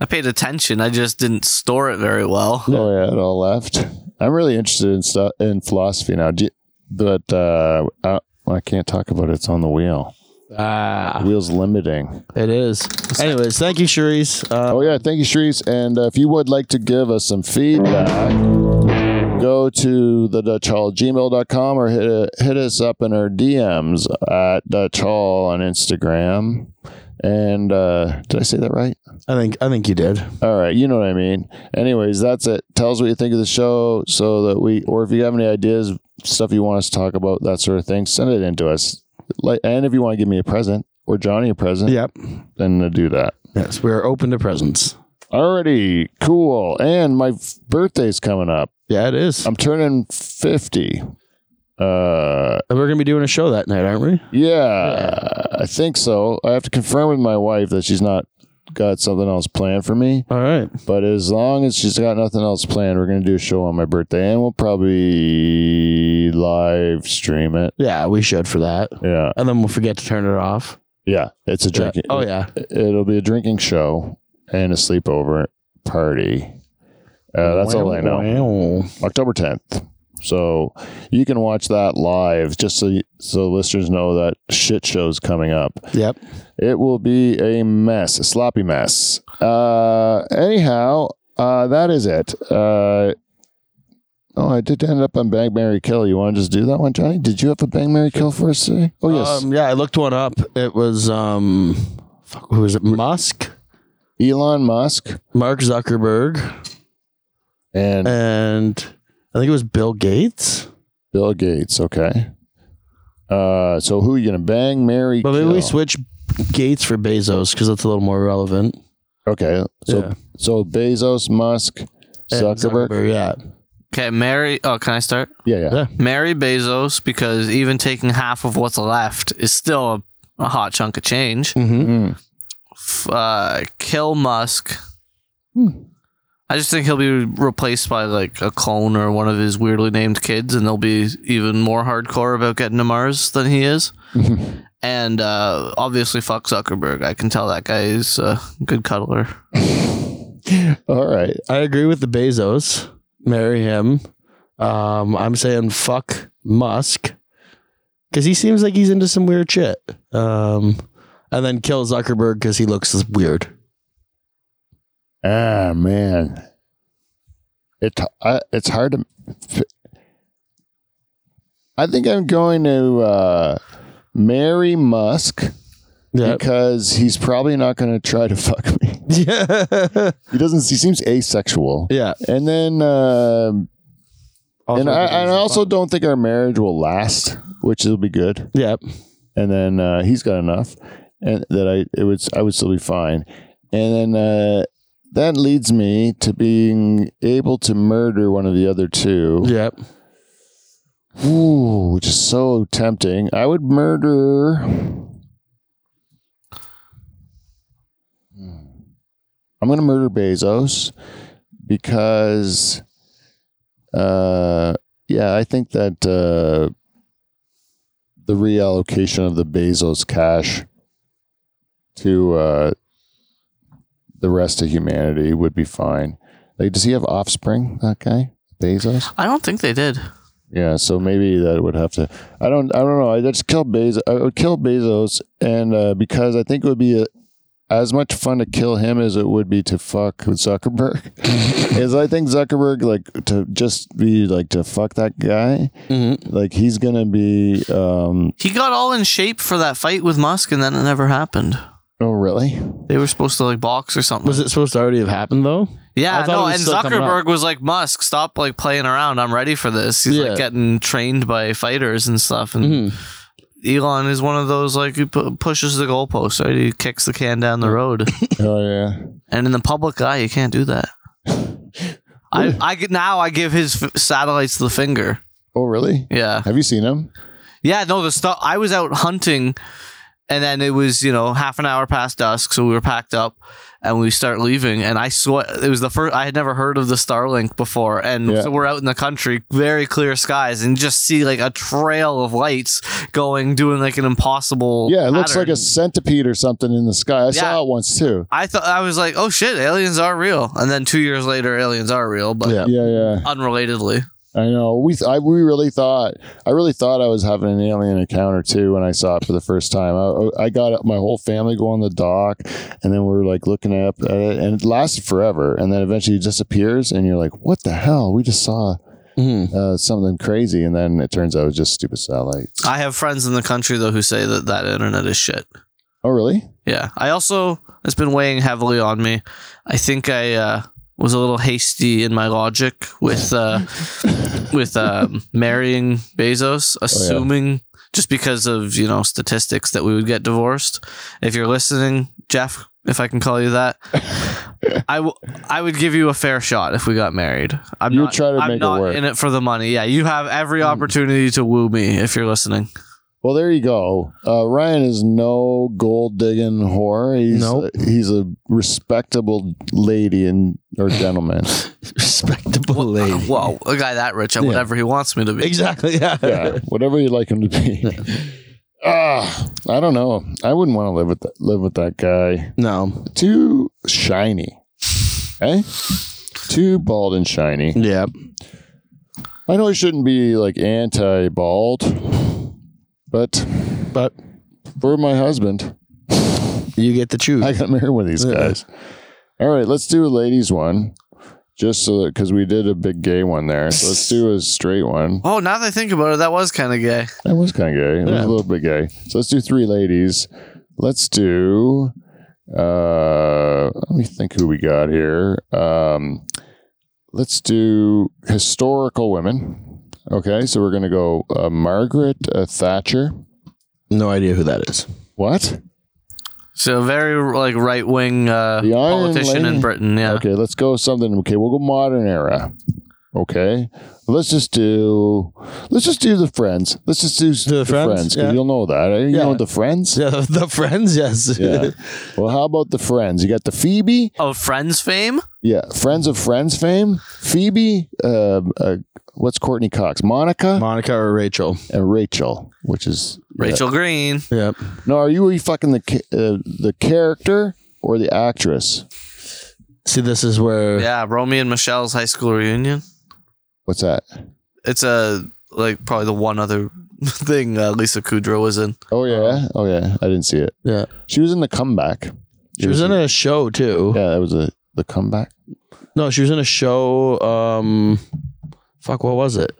Speaker 1: I paid attention. I just didn't store it very well.
Speaker 2: oh yeah, it all left. I'm really interested in stuff in philosophy now, Do you- but uh, I, well, I can't talk about it. It's on the wheel.
Speaker 3: ah,
Speaker 2: Wheels limiting.
Speaker 3: it is. Anyways, thank you, Cherise. Uh,
Speaker 2: Oh yeah, thank you, Sharice. And uh, if you would like to give us some feedback, go to the Dutch Hall gmail.com or hit, uh, hit us up in our DMs at Dutch Hall on Instagram. And uh, did I say that right?
Speaker 3: I think I think you did.
Speaker 2: All right, you know what I mean. Anyways, that's it. Tell us what you think of the show, so that we, or if you have any ideas, stuff you want us to talk about, that sort of thing, send it in to us. Like, and if you want to give me a present or Johnny a present,
Speaker 3: Yep.
Speaker 2: then uh, do that.
Speaker 3: Yes, we're open to presents.
Speaker 2: Alrighty, cool. And my f- birthday's coming up.
Speaker 3: Yeah, it is.
Speaker 2: I'm turning 50. Uh,
Speaker 3: and we're going to be doing a show that night, aren't we?
Speaker 2: yeah, I think so. I have to confirm with my wife that she's not got something else planned for me.
Speaker 3: All right.
Speaker 2: But as long as she's got nothing else planned, we're going to do a show on my birthday and we'll probably live stream it.
Speaker 3: Yeah, we should for that.
Speaker 2: Yeah.
Speaker 3: And then we'll forget to turn it off.
Speaker 2: Yeah. It's a drinking.
Speaker 3: Oh, yeah.
Speaker 2: It'll be a drinking show and a sleepover party. Uh, that's all I know.
Speaker 3: Wow.
Speaker 2: October 10th. So you can watch that live just so you, so listeners know that shit show's coming up.
Speaker 3: Yep.
Speaker 2: It will be a mess, a sloppy mess. Uh, anyhow, uh, that is it. Uh, oh, I did end up on Bang Mary Kill. You want to just do that one, Johnny? Did you have a Bang Mary Kill for us today? Oh yes,
Speaker 3: Um, yeah, I looked one up. It was um, fuck, who was it? Musk,
Speaker 2: Elon Musk
Speaker 3: Mark Zuckerberg,
Speaker 2: and
Speaker 3: and I think it was Bill Gates.
Speaker 2: Bill Gates. Okay. Uh, so who are you gonna bang, Mary?
Speaker 3: But maybe
Speaker 2: kill?
Speaker 3: we switch Gates for Bezos because that's a little more relevant.
Speaker 2: Okay. So
Speaker 3: Yeah.
Speaker 2: so Bezos, Musk,
Speaker 3: And
Speaker 2: Zuckerberg.
Speaker 3: Eh, yeah.
Speaker 1: Okay, Mary. Oh, can I start?
Speaker 2: Yeah, yeah.
Speaker 3: Yeah.
Speaker 1: Mary Bezos, because even taking half of what's left is still a, a hot chunk of change.
Speaker 3: Mm-hmm.
Speaker 2: Mm.
Speaker 1: F- Uh, kill Musk.
Speaker 3: Hmm.
Speaker 1: I just think he'll be replaced by like a clone or one of his weirdly named kids, and they'll be even more hardcore about getting to Mars than he is. and uh, obviously, fuck Zuckerberg. I can tell that guy is a good cuddler.
Speaker 2: All right.
Speaker 3: I agree with the Bezos. Marry him. Um, I'm saying fuck Musk because he seems like he's into some weird shit. Um, and then kill Zuckerberg because he looks weird.
Speaker 2: Ah man, it I, it's hard to. fi- I think I'm going to uh, marry Musk
Speaker 3: Yeah.
Speaker 2: because he's probably not going to try to fuck me.
Speaker 3: yeah.
Speaker 2: He doesn't. He seems asexual.
Speaker 3: Yeah.
Speaker 2: And then, um and I, and I also don't think our marriage will last, which will be good.
Speaker 3: Yeah.
Speaker 2: and then uh, he's got enough, and that I it would I would still be fine, and then uh, that leads me to being able to murder one of the other two,
Speaker 3: Yeah.
Speaker 2: Ooh, which is so tempting. I would murder. Hmm. I'm gonna murder Bezos because, uh, yeah, I think that uh, the reallocation of the Bezos cash to uh, the rest of humanity would be fine. Like, does he have offspring? That guy, Bezos.
Speaker 1: I don't think they did.
Speaker 2: Yeah, so maybe that would have to. I don't. I don't know. I just kill Bezos. I would kill Bezos, and uh, because I think it would be a, as much fun to kill him as it would be to fuck with Zuckerberg. Is I think Zuckerberg like to just be like to fuck that guy.
Speaker 3: Mhm.
Speaker 2: Like he's gonna be. um
Speaker 1: He got all in shape for that fight with Musk, and then it never happened.
Speaker 2: Oh really?
Speaker 1: They were supposed to like box or something.
Speaker 3: Was it supposed to already have happened though?
Speaker 1: yeah,
Speaker 3: I thought
Speaker 1: no.
Speaker 3: it was
Speaker 1: And
Speaker 3: still coming up.
Speaker 1: Zuckerberg was like, Musk, stop like playing around. I'm ready for this. He's
Speaker 3: Yeah. Mm-hmm.
Speaker 1: like getting trained by fighters and stuff.
Speaker 2: Mm-hmm.
Speaker 1: And Elon is one of those like who pu- pushes the goalpost. Right, he kicks the can down the road.
Speaker 2: Oh yeah.
Speaker 1: and in the public eye, you can't do that. I, I g- now I give his f- satellites the finger.
Speaker 2: Oh really?
Speaker 1: Yeah.
Speaker 2: Have you seen him?
Speaker 1: Yeah, no, the stuff I was out hunting and then it was, you know, half an hour past dusk, so we were packed up and we start leaving and I saw it was the first I had never heard of the Starlink before and
Speaker 2: Yeah.
Speaker 1: so we're out in the country, very clear skies and just see like a trail of lights going doing like an impossible
Speaker 2: Yeah, it looks like a
Speaker 1: pattern.
Speaker 2: centipede or something in the sky. I
Speaker 1: Yeah.
Speaker 2: saw it once too.
Speaker 1: I thought I was like, "Oh shit, aliens are real." And then 2 years later aliens are real, but
Speaker 3: Yeah.
Speaker 2: Yeah, yeah.
Speaker 1: unrelatedly.
Speaker 2: I know. We th- I, we really thought I really thought I was having an alien encounter too when I saw it for the first time. I, I got my whole family go on the dock, and then we were like looking up at it, and it lasted forever. And then eventually it disappears, and you're like, "What the hell? We just saw
Speaker 3: Mhm.
Speaker 2: uh, something crazy." And then it turns out it was just stupid satellites.
Speaker 1: I have friends in the country though who say that that internet is shit.
Speaker 2: oh, really?
Speaker 1: Yeah. I also it's been weighing heavily on me. I think I uh, was a little hasty in my logic with uh, with um, marrying Bezos,
Speaker 2: Oh,
Speaker 1: assuming just because of you know statistics that we would get divorced. If you're listening, Jeff, if I can call you that, I w- I would give you a fair shot if we got married. I'm
Speaker 2: You
Speaker 1: not
Speaker 2: try to
Speaker 1: I'm
Speaker 2: make it
Speaker 1: not
Speaker 2: work. Um,
Speaker 1: in it for the money. Yeah, you have every opportunity to woo me if you're listening.
Speaker 2: Well, there you go. Uh, Ryan is no gold digging whore. He's
Speaker 3: Nope.
Speaker 2: he's a respectable lady and or gentleman.
Speaker 3: Respectable lady.
Speaker 1: Whoa, a guy that rich at whatever he wants me to be.
Speaker 3: Exactly. Yeah.
Speaker 2: yeah, whatever you like him to be. Ah, I don't know. I wouldn't want to live with that, live with that guy.
Speaker 3: No.
Speaker 2: Too shiny, eh? Too bald and shiny.
Speaker 3: Yeah.
Speaker 2: I know I shouldn't be like anti-bald, but
Speaker 3: But
Speaker 2: for my husband,
Speaker 3: you get to choose.
Speaker 2: I got married with these guys. All right, let's do a ladies one, just so that because we did a big gay one there. So let's do a straight one.
Speaker 1: Oh, now that I think about it, that was kind of gay.
Speaker 2: That was kind of gay. It was
Speaker 3: Yeah.
Speaker 2: a little bit gay. So let's do three ladies. Let's do. Uh, let me think who we got here. Um, let's do historical women. Okay, so we're gonna go uh, Margaret uh, Thatcher.
Speaker 3: no idea who that is.
Speaker 2: What?
Speaker 1: So very like right wing uh,
Speaker 2: The Iron
Speaker 1: politician
Speaker 2: Lady.
Speaker 1: in Britain. Yeah.
Speaker 2: Okay, let's go something. Okay, we'll go modern era. Okay, let's just do let's just do the friends. Let's just do,
Speaker 3: the Friends?
Speaker 2: 'cause
Speaker 3: Yeah.
Speaker 2: you'll know that. eh? You
Speaker 3: Yeah.
Speaker 2: know the friends.
Speaker 3: Yeah, the friends, yes.
Speaker 2: Yeah. well, how about the friends? You got the Phoebe.
Speaker 1: Oh, Friends fame?
Speaker 2: Yeah, friends of friends fame. Phoebe. Uh, uh, what's Courtney Cox? Monica
Speaker 3: Monica or Rachel.
Speaker 2: and Rachel, which is
Speaker 1: Rachel Green.
Speaker 3: Yep.
Speaker 2: No, are you fucking the ca- uh, the character or the actress?
Speaker 3: See, this is where
Speaker 1: Yeah, Romeo and Michelle's high school reunion.
Speaker 2: What's that?
Speaker 1: It's a like probably the one other thing uh, Lisa Kudrow was in.
Speaker 2: Oh yeah,
Speaker 3: Uh-huh.
Speaker 2: oh yeah. I didn't see it.
Speaker 3: Yeah.
Speaker 2: She was in the comeback.
Speaker 3: she was in a show too.
Speaker 2: Yeah, that was a the comeback.
Speaker 3: No, she was in a show. Um, fuck, what was it?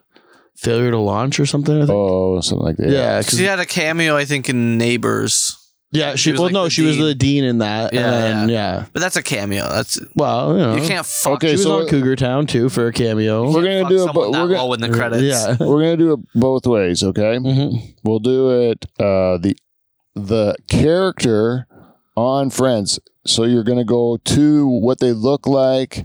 Speaker 3: Failure to launch or something? I think.
Speaker 2: Oh, something like that.
Speaker 3: yeah, 'cause-
Speaker 1: She had a cameo, I think, in Neighbors,
Speaker 3: yeah. She,
Speaker 1: she was
Speaker 3: well,
Speaker 1: like
Speaker 3: no,
Speaker 1: the
Speaker 3: she was
Speaker 1: dean.
Speaker 3: the dean in that.
Speaker 1: Yeah,
Speaker 3: and then, yeah.
Speaker 1: but that's a cameo. That's
Speaker 3: Well, you know,
Speaker 1: you can't fuck.
Speaker 2: Oh. Okay,
Speaker 3: she was
Speaker 2: so
Speaker 3: on Cougar Town too for a cameo.
Speaker 2: we're gonna
Speaker 1: fuck
Speaker 2: do it.
Speaker 1: someone
Speaker 2: But
Speaker 1: that
Speaker 2: we're gonna
Speaker 1: low in the credits.
Speaker 3: Yeah.
Speaker 2: we're gonna do it both ways. Okay,
Speaker 3: Mhm.
Speaker 2: we'll do it. Uh, the the character on Friends. So you're gonna go to what they look like.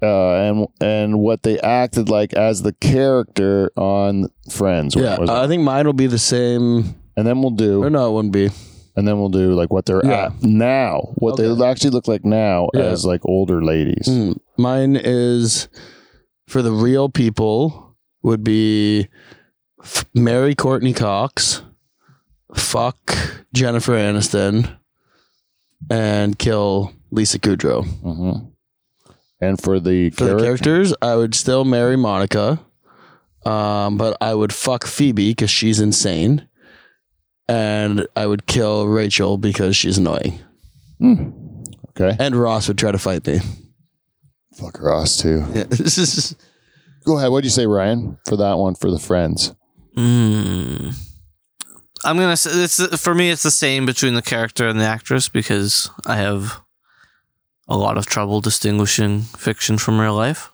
Speaker 2: Uh, and and what they acted like as the character on Friends. What
Speaker 3: Yeah, uh,
Speaker 2: was it?
Speaker 3: I think mine will be the same.
Speaker 2: and then we'll
Speaker 3: Or
Speaker 2: do
Speaker 3: no, it wouldn't be.
Speaker 2: and then we'll do like what they're
Speaker 3: Yeah.
Speaker 2: at now what they actually look like now
Speaker 3: Yeah.
Speaker 2: as like older ladies
Speaker 3: Hmm. Mine is for the real people would be f- Mary Courtney Cox, fuck Jennifer Aniston, and kill Lisa Kudrow.
Speaker 2: hmm and for the
Speaker 3: For the
Speaker 2: character
Speaker 3: characters, I would still marry Monica, um, but I would fuck Phoebe because she's insane, and I would kill Rachel because she's annoying.
Speaker 2: okay
Speaker 3: And Ross would try to fight me.
Speaker 2: fuck ross too
Speaker 3: this is
Speaker 2: go ahead what'd you say ryan for that one for the friends
Speaker 1: Mm. I'm gonna say it's for me. It's the same between the character and the actress because I have a lot of trouble distinguishing fiction from real life.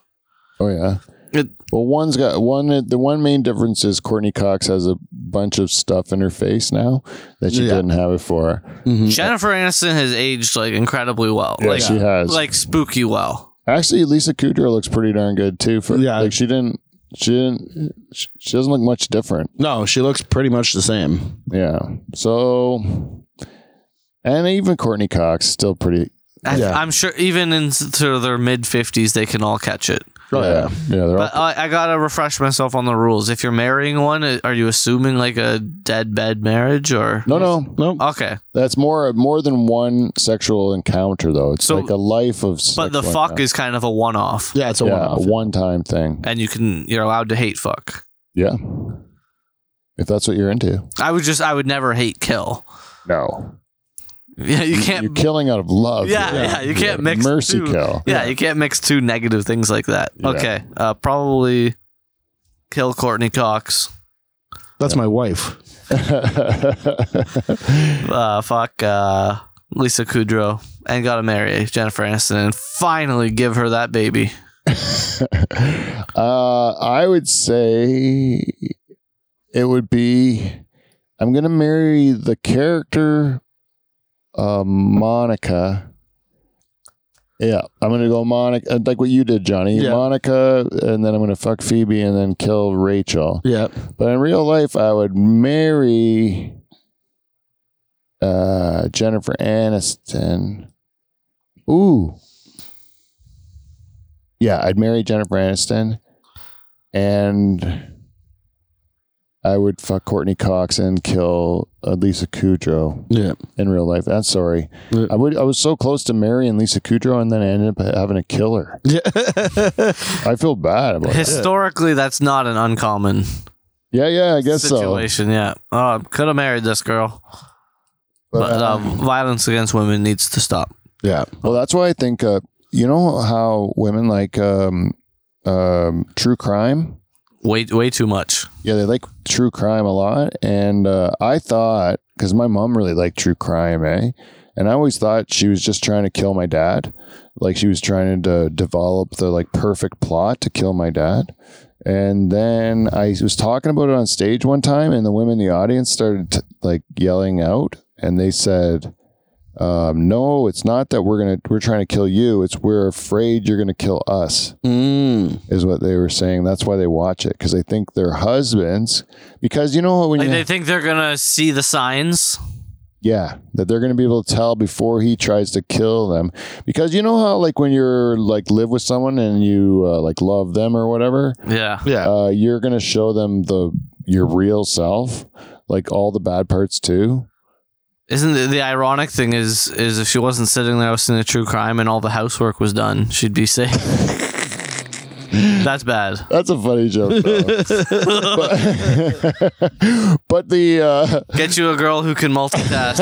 Speaker 2: oh yeah
Speaker 1: It,
Speaker 2: well one's got one the one main difference is courtney cox has a bunch of stuff in her face now that she
Speaker 3: Yeah.
Speaker 2: didn't have before
Speaker 3: Mm-hmm.
Speaker 1: Jennifer Aniston has aged like incredibly well,
Speaker 2: yeah,
Speaker 1: like
Speaker 2: she has
Speaker 1: like spooky well.
Speaker 2: Actually, Lisa Kudrow looks pretty darn good too. For
Speaker 3: Yeah.
Speaker 2: like she didn't, she didn't, she she doesn't look much different.
Speaker 3: no. She looks pretty much the same.
Speaker 2: Yeah. So, and even Courtney Cox still pretty.
Speaker 1: I-
Speaker 3: Yeah.
Speaker 1: I'm sure even into their mid fifties, they can all catch it.
Speaker 2: yeah. Yeah. They're all,
Speaker 1: But I, I gotta refresh myself on the rules. If you're marrying one, uh, are you assuming like a deadbed marriage or
Speaker 2: no, no,
Speaker 3: No,
Speaker 1: Okay,
Speaker 2: that's more more than one sexual encounter though. It's
Speaker 1: So-
Speaker 2: like a life of.
Speaker 1: but the fuck is kind of a one-off,
Speaker 3: yeah, it's a
Speaker 2: yeah,
Speaker 3: one-off.
Speaker 2: one time thing.
Speaker 1: and you can you're allowed to hate fuck.
Speaker 2: Yeah. If that's what you're into.
Speaker 1: I would just I would never hate kill.
Speaker 2: No.
Speaker 1: Yeah, you
Speaker 2: You're
Speaker 1: can't.
Speaker 2: killing out of love.
Speaker 1: yeah,
Speaker 2: here.
Speaker 1: yeah, you can't mix
Speaker 2: mercy
Speaker 1: two.
Speaker 2: kill.
Speaker 1: Yeah, you can't mix two negative things like that.
Speaker 2: Yeah.
Speaker 1: Okay, uh, probably kill Courtney Cox.
Speaker 3: That's my wife.
Speaker 1: uh, fuck uh, Lisa Kudrow and gotta marry Jennifer Aniston and finally give her that baby.
Speaker 2: Uh, I would say it would be I'm going to marry the character uh, Monica. Yeah, I'm going to go Monica, uh, like what you did, Johnny.
Speaker 3: Yeah.
Speaker 2: Monica, and then I'm going to fuck Phoebe and then kill Rachel.
Speaker 3: Yeah.
Speaker 2: But in real life, I would marry uh, Jennifer Aniston. Ooh. Yeah, I'd marry Jennifer Aniston and I would fuck Courtney Cox and kill uh, Lisa Kudrow
Speaker 3: Yeah.
Speaker 2: in real life. I'm sorry.
Speaker 3: Yeah.
Speaker 2: I would I was so close to marrying Lisa Kudrow and then I ended up having to kill her.
Speaker 3: Yeah.
Speaker 2: I feel bad about it.
Speaker 1: Historically, that's not an uncommon
Speaker 2: Yeah, yeah, I guess so.
Speaker 1: situation. Yeah, uh, could have married this girl, but
Speaker 2: But,
Speaker 1: uh,
Speaker 2: um,
Speaker 1: violence against women needs to stop.
Speaker 3: yeah.
Speaker 2: Well, that's why I think uh, you know how women like um, um, true crime.
Speaker 1: Way way too much.
Speaker 2: Yeah, they like true crime a lot, and uh, I thought because my mom really liked true crime, eh? And I always thought she was just trying to kill my dad, like she was trying to develop the like perfect plot to kill my dad. And then I was talking about it on stage one time, and the women in the audience started like yelling out, and they said, um, no, it's not that we're gonna we're trying to kill you. It's we're afraid you're gonna kill us.
Speaker 3: Mm.
Speaker 2: Is what they were saying. That's why they watch it because they think their husbands. Because you know how when
Speaker 1: Like
Speaker 2: you
Speaker 1: they think they're gonna see the signs.
Speaker 2: yeah, that they're going to be able to tell before he tries to kill them. Because you know how, like, when you're like live with someone and you uh, like love them or whatever,
Speaker 1: Yeah.
Speaker 3: Yeah.
Speaker 2: uh, you're going to show them the your real self, like all the bad parts too.
Speaker 1: Isn't the, the ironic thing is is if she wasn't sitting there listening to true crime and all the housework was done, she'd be safe. That's bad.
Speaker 2: That's a funny joke, though. but, but the uh,
Speaker 1: Get you a girl who can multitask.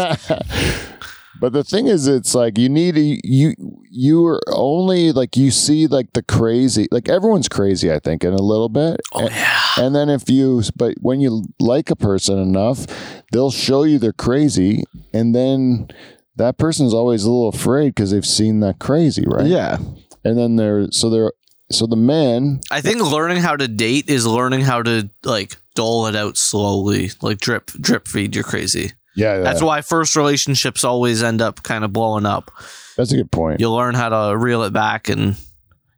Speaker 2: but the thing is it's like you need to you you are only like you see like the crazy like everyone's crazy i think in a little bit oh, and, yeah. and then if you but when you like a person enough they'll show you they're crazy and then that person's always a little afraid because they've seen that crazy right
Speaker 3: Yeah.
Speaker 2: and then they're so they're so the men
Speaker 1: I think learning how to date is learning how to like dole it out slowly, like drip drip feed your crazy.
Speaker 2: yeah
Speaker 1: That's why first relationships always end up kind of blowing up.
Speaker 2: that's a good point
Speaker 1: You learn how to reel it back and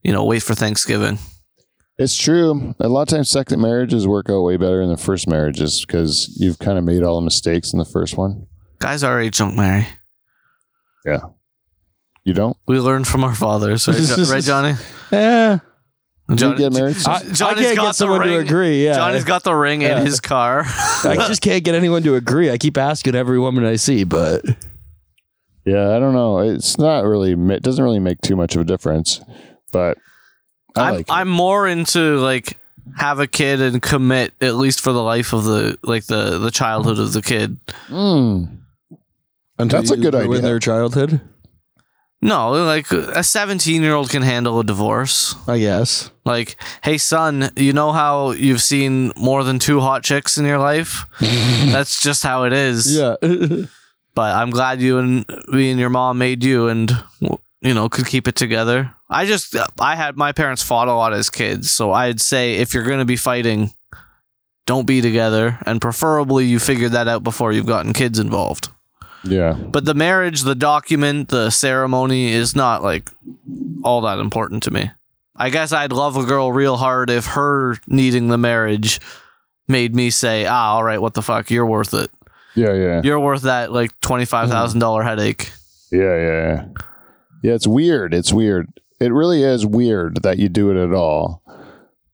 Speaker 1: you know wait for Thanksgiving.
Speaker 2: It's true. A lot of times, second marriages work out way better than the first marriages because you've kind of made all the mistakes in the first one.
Speaker 1: Guys our age don't marry.
Speaker 2: You don't.
Speaker 1: We learn from our fathers, right, Jo- right Johnny?
Speaker 3: Yeah.
Speaker 2: you get married.
Speaker 3: Eh. I, I
Speaker 1: Johnny's
Speaker 3: can't
Speaker 1: got the
Speaker 3: get someone to
Speaker 1: ring.
Speaker 3: agree. Yeah.
Speaker 1: Johnny's got the ring
Speaker 3: Yeah.
Speaker 1: in his car.
Speaker 3: I just can't get anyone to agree. I keep asking every woman I see, but
Speaker 2: yeah, I don't know. It's not really. It doesn't really make too much of a difference, but I
Speaker 1: I'm
Speaker 2: like. it.
Speaker 1: I'm more into like have a kid and commit at least for the life of the like the the childhood of the kid.
Speaker 2: Mm. That's a
Speaker 3: you
Speaker 2: good
Speaker 3: ruin
Speaker 2: idea.
Speaker 3: their childhood,
Speaker 1: No, like a 17 year old can handle a divorce.
Speaker 3: I guess.
Speaker 1: Like, hey, son, you know how you've seen more than two hot chicks in your life? That's just how it is.
Speaker 3: Yeah.
Speaker 1: But I'm glad you and me and your mom made you and, you know, could keep it together. I just, I had my parents fought a lot as kids. So I'd say if you're going to be fighting, don't be together. And preferably you figured that out before you've gotten kids involved.
Speaker 2: yeah,
Speaker 1: But the marriage, the document, the ceremony is not like all that important to me. I guess I'd love a girl real hard if her needing the marriage made me say, ah, all right, what the fuck? You're worth it.
Speaker 2: yeah, yeah,
Speaker 1: You're worth that like $25,000 headache.
Speaker 2: yeah, yeah. Yeah, it's weird. It's weird. It really is weird that you do it at all.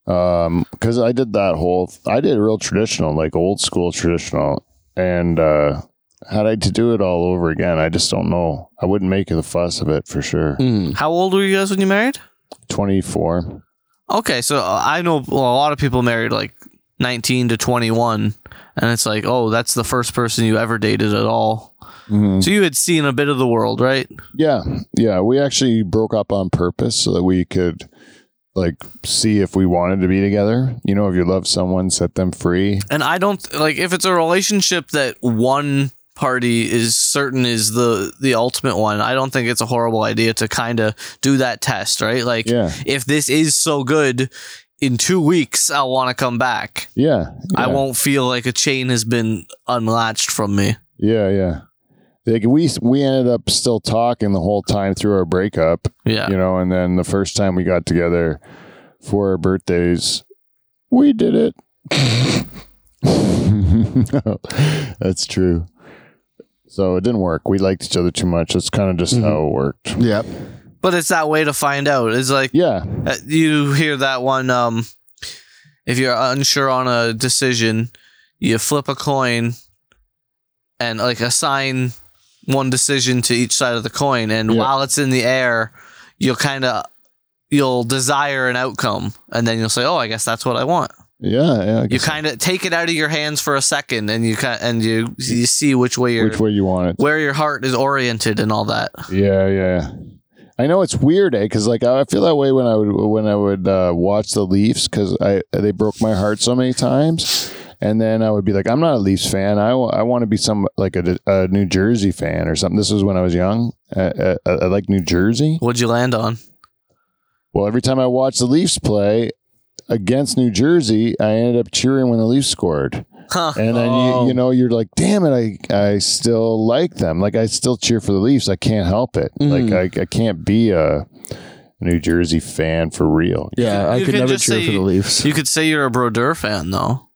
Speaker 2: Um, because I did that whole. I did real traditional, like old school traditional, and uh, had I to do it all over again, I just don't know. I wouldn't make the fuss of it for sure.
Speaker 3: Mm.
Speaker 1: How old were you guys when you married?
Speaker 2: Twenty four.
Speaker 1: Okay, so uh, I know well, a lot of people married like 19 to 21, and it's like, oh, that's the first person you ever dated at all.
Speaker 2: Mm-hmm.
Speaker 1: So you had seen a bit of the world, right?
Speaker 2: Yeah, yeah. We actually broke up on purpose so that we could like see if we wanted to be together. You know, if you love someone, set them free.
Speaker 1: And I don't like if it's a relationship that one party is certain is the the ultimate one. I don't think it's a horrible idea to kind of do that test, right? Like
Speaker 2: Yeah,
Speaker 1: if this is so good in 2 weeks I'll want to come back.
Speaker 2: yeah.
Speaker 1: I
Speaker 2: yeah.
Speaker 1: won't feel like a chain has been unlatched from me.
Speaker 2: Yeah, yeah. Like we we ended up still talking the whole time through our breakup,
Speaker 1: Yeah.
Speaker 2: you know, and then the first time we got together for our birthdays, we did it. That's true. So it didn't work. We liked each other too much. That's kind of just
Speaker 1: Mm-hmm.
Speaker 2: how it worked.
Speaker 3: Yep.
Speaker 1: But it's that way to find out. It's like
Speaker 2: Yeah.
Speaker 1: Uh, you hear that one um if you're unsure on a decision you flip a coin and like assign one decision to each side of the coin and
Speaker 2: Yeah.
Speaker 1: while it's in the air you'll kind of you'll desire an outcome and then you'll say oh i guess that's what i want
Speaker 2: Yeah. Yeah. I
Speaker 1: you
Speaker 2: guess
Speaker 1: kind of take it out of your hands for a second and you kind and you you see which way your
Speaker 2: which way you want it.
Speaker 1: where your heart is oriented and all that
Speaker 2: Yeah, yeah. I know it's weird, eh? Because like I I feel that way when I would when I would uh, watch the Leafs because I they broke my heart so many times, and then I would be like, I'm not a Leafs fan. I want to be some like a, a New Jersey fan or something. This was when I was young. I, I, I like New Jersey.
Speaker 1: what'd you land on
Speaker 2: Well, every time I watched the Leafs play against New Jersey, I ended up cheering when the Leafs scored.
Speaker 1: Huh.
Speaker 2: And then
Speaker 3: Oh.
Speaker 2: you you know you're like, damn it, I I still like them. Like I still cheer for the Leafs. I can't help it.
Speaker 3: Mm.
Speaker 2: Like I I can't be a New Jersey fan for real.
Speaker 3: Yeah, I
Speaker 1: You
Speaker 3: could
Speaker 1: can
Speaker 3: never
Speaker 1: just
Speaker 3: cheer
Speaker 1: say-
Speaker 3: for the Leafs.
Speaker 1: You could say you're a Brodeur fan though.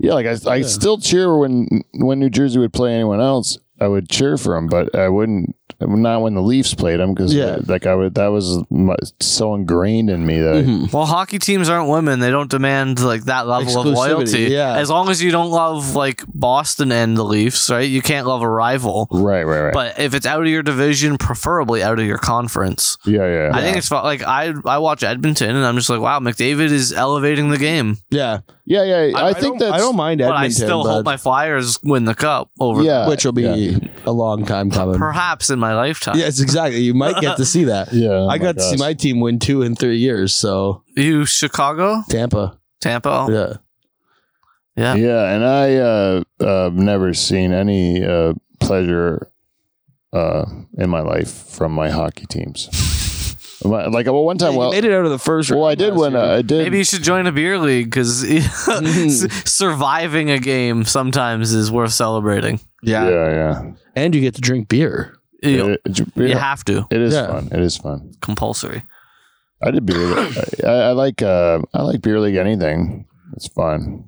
Speaker 2: Yeah, like I I still cheer when when New Jersey would play anyone else. I would cheer for them, but I wouldn't not when the Leafs played them because
Speaker 3: Yeah.
Speaker 2: like I would that was my, so ingrained in me that I-
Speaker 3: Mhm.
Speaker 1: Well, hockey teams aren't women. They don't demand like that level of
Speaker 3: Exclusivity,
Speaker 1: loyalty.
Speaker 3: yeah.
Speaker 1: As long as you don't love like Boston and the Leafs, right? You can't love a rival.
Speaker 2: right right right
Speaker 1: But if it's out of your division, preferably out of your conference.
Speaker 2: yeah yeah
Speaker 1: I think it's fu- like I I watch Edmonton and I'm just like, wow, McDavid is elevating the game.
Speaker 3: Yeah,
Speaker 2: yeah yeah I, think
Speaker 3: don't-
Speaker 2: that's
Speaker 3: I don't mind Edmonton,
Speaker 1: but I still hope my Flyers win the cup over
Speaker 2: yeah
Speaker 3: which will be
Speaker 2: yeah,
Speaker 3: a long time coming.
Speaker 1: perhaps in my lifetime.
Speaker 3: Yes, exactly. You might get to see that.
Speaker 2: yeah oh
Speaker 3: I
Speaker 2: my
Speaker 3: got to see
Speaker 2: gosh.
Speaker 3: my team win two in three years. So
Speaker 1: You Chicago,
Speaker 3: Tampa,
Speaker 1: Tampa.
Speaker 3: yeah,
Speaker 1: Yeah.
Speaker 2: yeah and I uh, uh never seen any uh pleasure uh in my life from my hockey teams My- like well one time
Speaker 4: You
Speaker 2: Oh, well
Speaker 4: made it out of the first round.
Speaker 2: well I did
Speaker 4: last
Speaker 2: win
Speaker 4: year.
Speaker 2: a, I did
Speaker 1: Maybe you should join a beer league because
Speaker 3: Mm-hmm.
Speaker 1: surviving a game sometimes is worth celebrating.
Speaker 2: yeah yeah
Speaker 3: and you get to drink beer.
Speaker 1: You,
Speaker 2: It- it-
Speaker 1: you have to.
Speaker 2: it is
Speaker 3: Yeah.
Speaker 2: fun it is fun
Speaker 1: Compulsory.
Speaker 2: I did beer. league. I, I like uh, I like beer league anything. It's fun,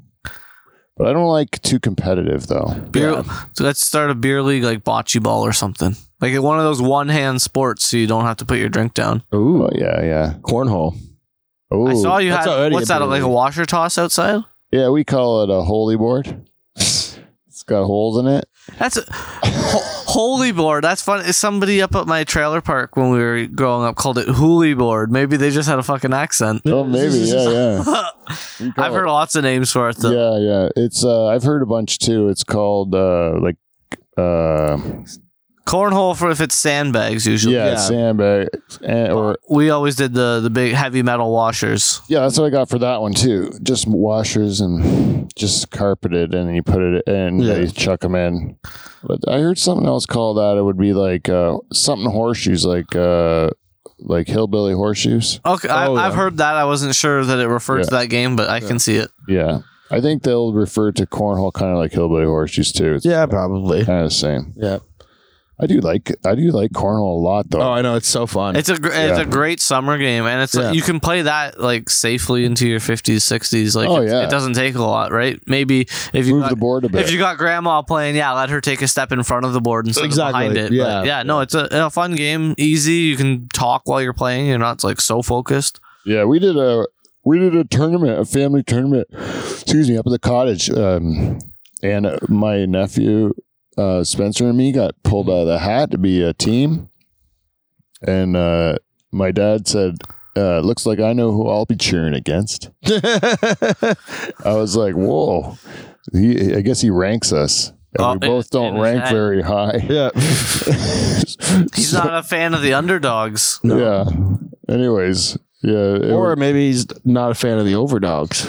Speaker 2: but I don't like too competitive though.
Speaker 1: Beer, so let's start a beer league like bocce ball or something. Like one of those one hand sports so you don't have to put your drink down.
Speaker 3: Ooh,
Speaker 2: Oh yeah, yeah.
Speaker 3: cornhole.
Speaker 2: Oh
Speaker 1: I saw you
Speaker 3: that's
Speaker 1: had,
Speaker 3: already
Speaker 1: what's
Speaker 3: a
Speaker 1: that,
Speaker 3: beer
Speaker 1: like a
Speaker 3: league.
Speaker 1: washer toss outside?
Speaker 2: yeah. We call it a holy board. it's got holes in it.
Speaker 1: That's a, ho- holy board. That's fun. Somebody up at my trailer park when we were growing up called it hooli board. Maybe they just had a fucking accent.
Speaker 2: Oh, maybe yeah, yeah. We call
Speaker 3: Oh.
Speaker 1: I've heard
Speaker 2: it-
Speaker 1: lots of names for it though.
Speaker 2: yeah, yeah. It's uh, I've heard a bunch too. It's called uh, like uh,
Speaker 1: Cornhole for if it's sandbags usually.
Speaker 2: yeah,
Speaker 3: Yeah.
Speaker 2: sandbag and, or
Speaker 1: We always did the the big heavy metal washers.
Speaker 2: Yeah, that's what I got for that one too. Just washers and just carpeted, and you put it in,
Speaker 3: Yeah.
Speaker 2: they chuck them in. But I heard something else call that. It would be like uh, something horseshoes, like uh, like hillbilly horseshoes.
Speaker 1: Okay, I,
Speaker 3: Oh,
Speaker 1: I've
Speaker 3: yeah.
Speaker 1: heard that. I wasn't sure that it referred to
Speaker 2: Yeah.
Speaker 1: that game, but I can see it.
Speaker 2: Yeah, I think they'll refer to cornhole kind of like hillbilly horseshoes too. It's
Speaker 3: Yeah, probably.
Speaker 2: kind of the same.
Speaker 3: Yeah.
Speaker 2: I do like I do like cornhole a lot though.
Speaker 3: Oh, I know it's so fun.
Speaker 1: It's a gr- it's
Speaker 2: Yeah.
Speaker 1: a great summer game, and it's
Speaker 3: Yeah.
Speaker 1: like, you can play that like safely into your fifties, sixties. Like,
Speaker 2: Oh,
Speaker 1: it's-
Speaker 2: yeah.
Speaker 1: it doesn't take a lot, right? Maybe if you
Speaker 2: Move
Speaker 1: got,
Speaker 2: the board a bit.
Speaker 1: if you got grandma playing, yeah, let her take a step in front of the board instead
Speaker 3: Exactly,
Speaker 1: of behind it.
Speaker 3: yeah.
Speaker 1: but yeah. No, it's a, a fun game, easy. You can talk while you're playing. You're not like so focused.
Speaker 2: Yeah, we did a we did a tournament, a family tournament. Excuse me, up at the cottage, um, and uh, my nephew uh, Spencer and me got pulled out of the hat to be a team, and uh, my dad said. Uh, looks like I know who I'll be cheering against. I was like, "Whoa!" He, I guess he ranks us, and
Speaker 1: Oh,
Speaker 2: we both don't
Speaker 1: in- in
Speaker 2: rank
Speaker 1: that.
Speaker 2: very high.
Speaker 3: yeah.
Speaker 1: He's not a fan of the underdogs.
Speaker 2: Yeah. Anyways, yeah. it
Speaker 3: Or maybe he's not a fan of the overdogs.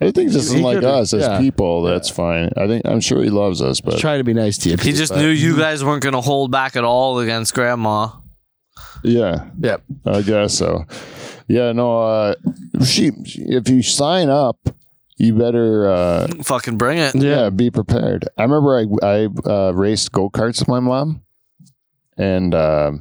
Speaker 2: I think this
Speaker 3: He
Speaker 2: isn't like
Speaker 3: could-
Speaker 2: us as
Speaker 3: yeah.
Speaker 2: people. That's fine. I think I'm sure he loves us,
Speaker 3: He's
Speaker 2: but
Speaker 3: trying to be nice to you.
Speaker 1: He just knew you guys weren't going to hold back at all against grandma.
Speaker 2: yeah,
Speaker 3: Yep.
Speaker 2: I guess so. Yeah, no. Uh, she, if you sign up, you better uh,
Speaker 1: Fucking bring it.
Speaker 2: yeah. be prepared. I remember I I uh, raced go karts with my mom, and uh,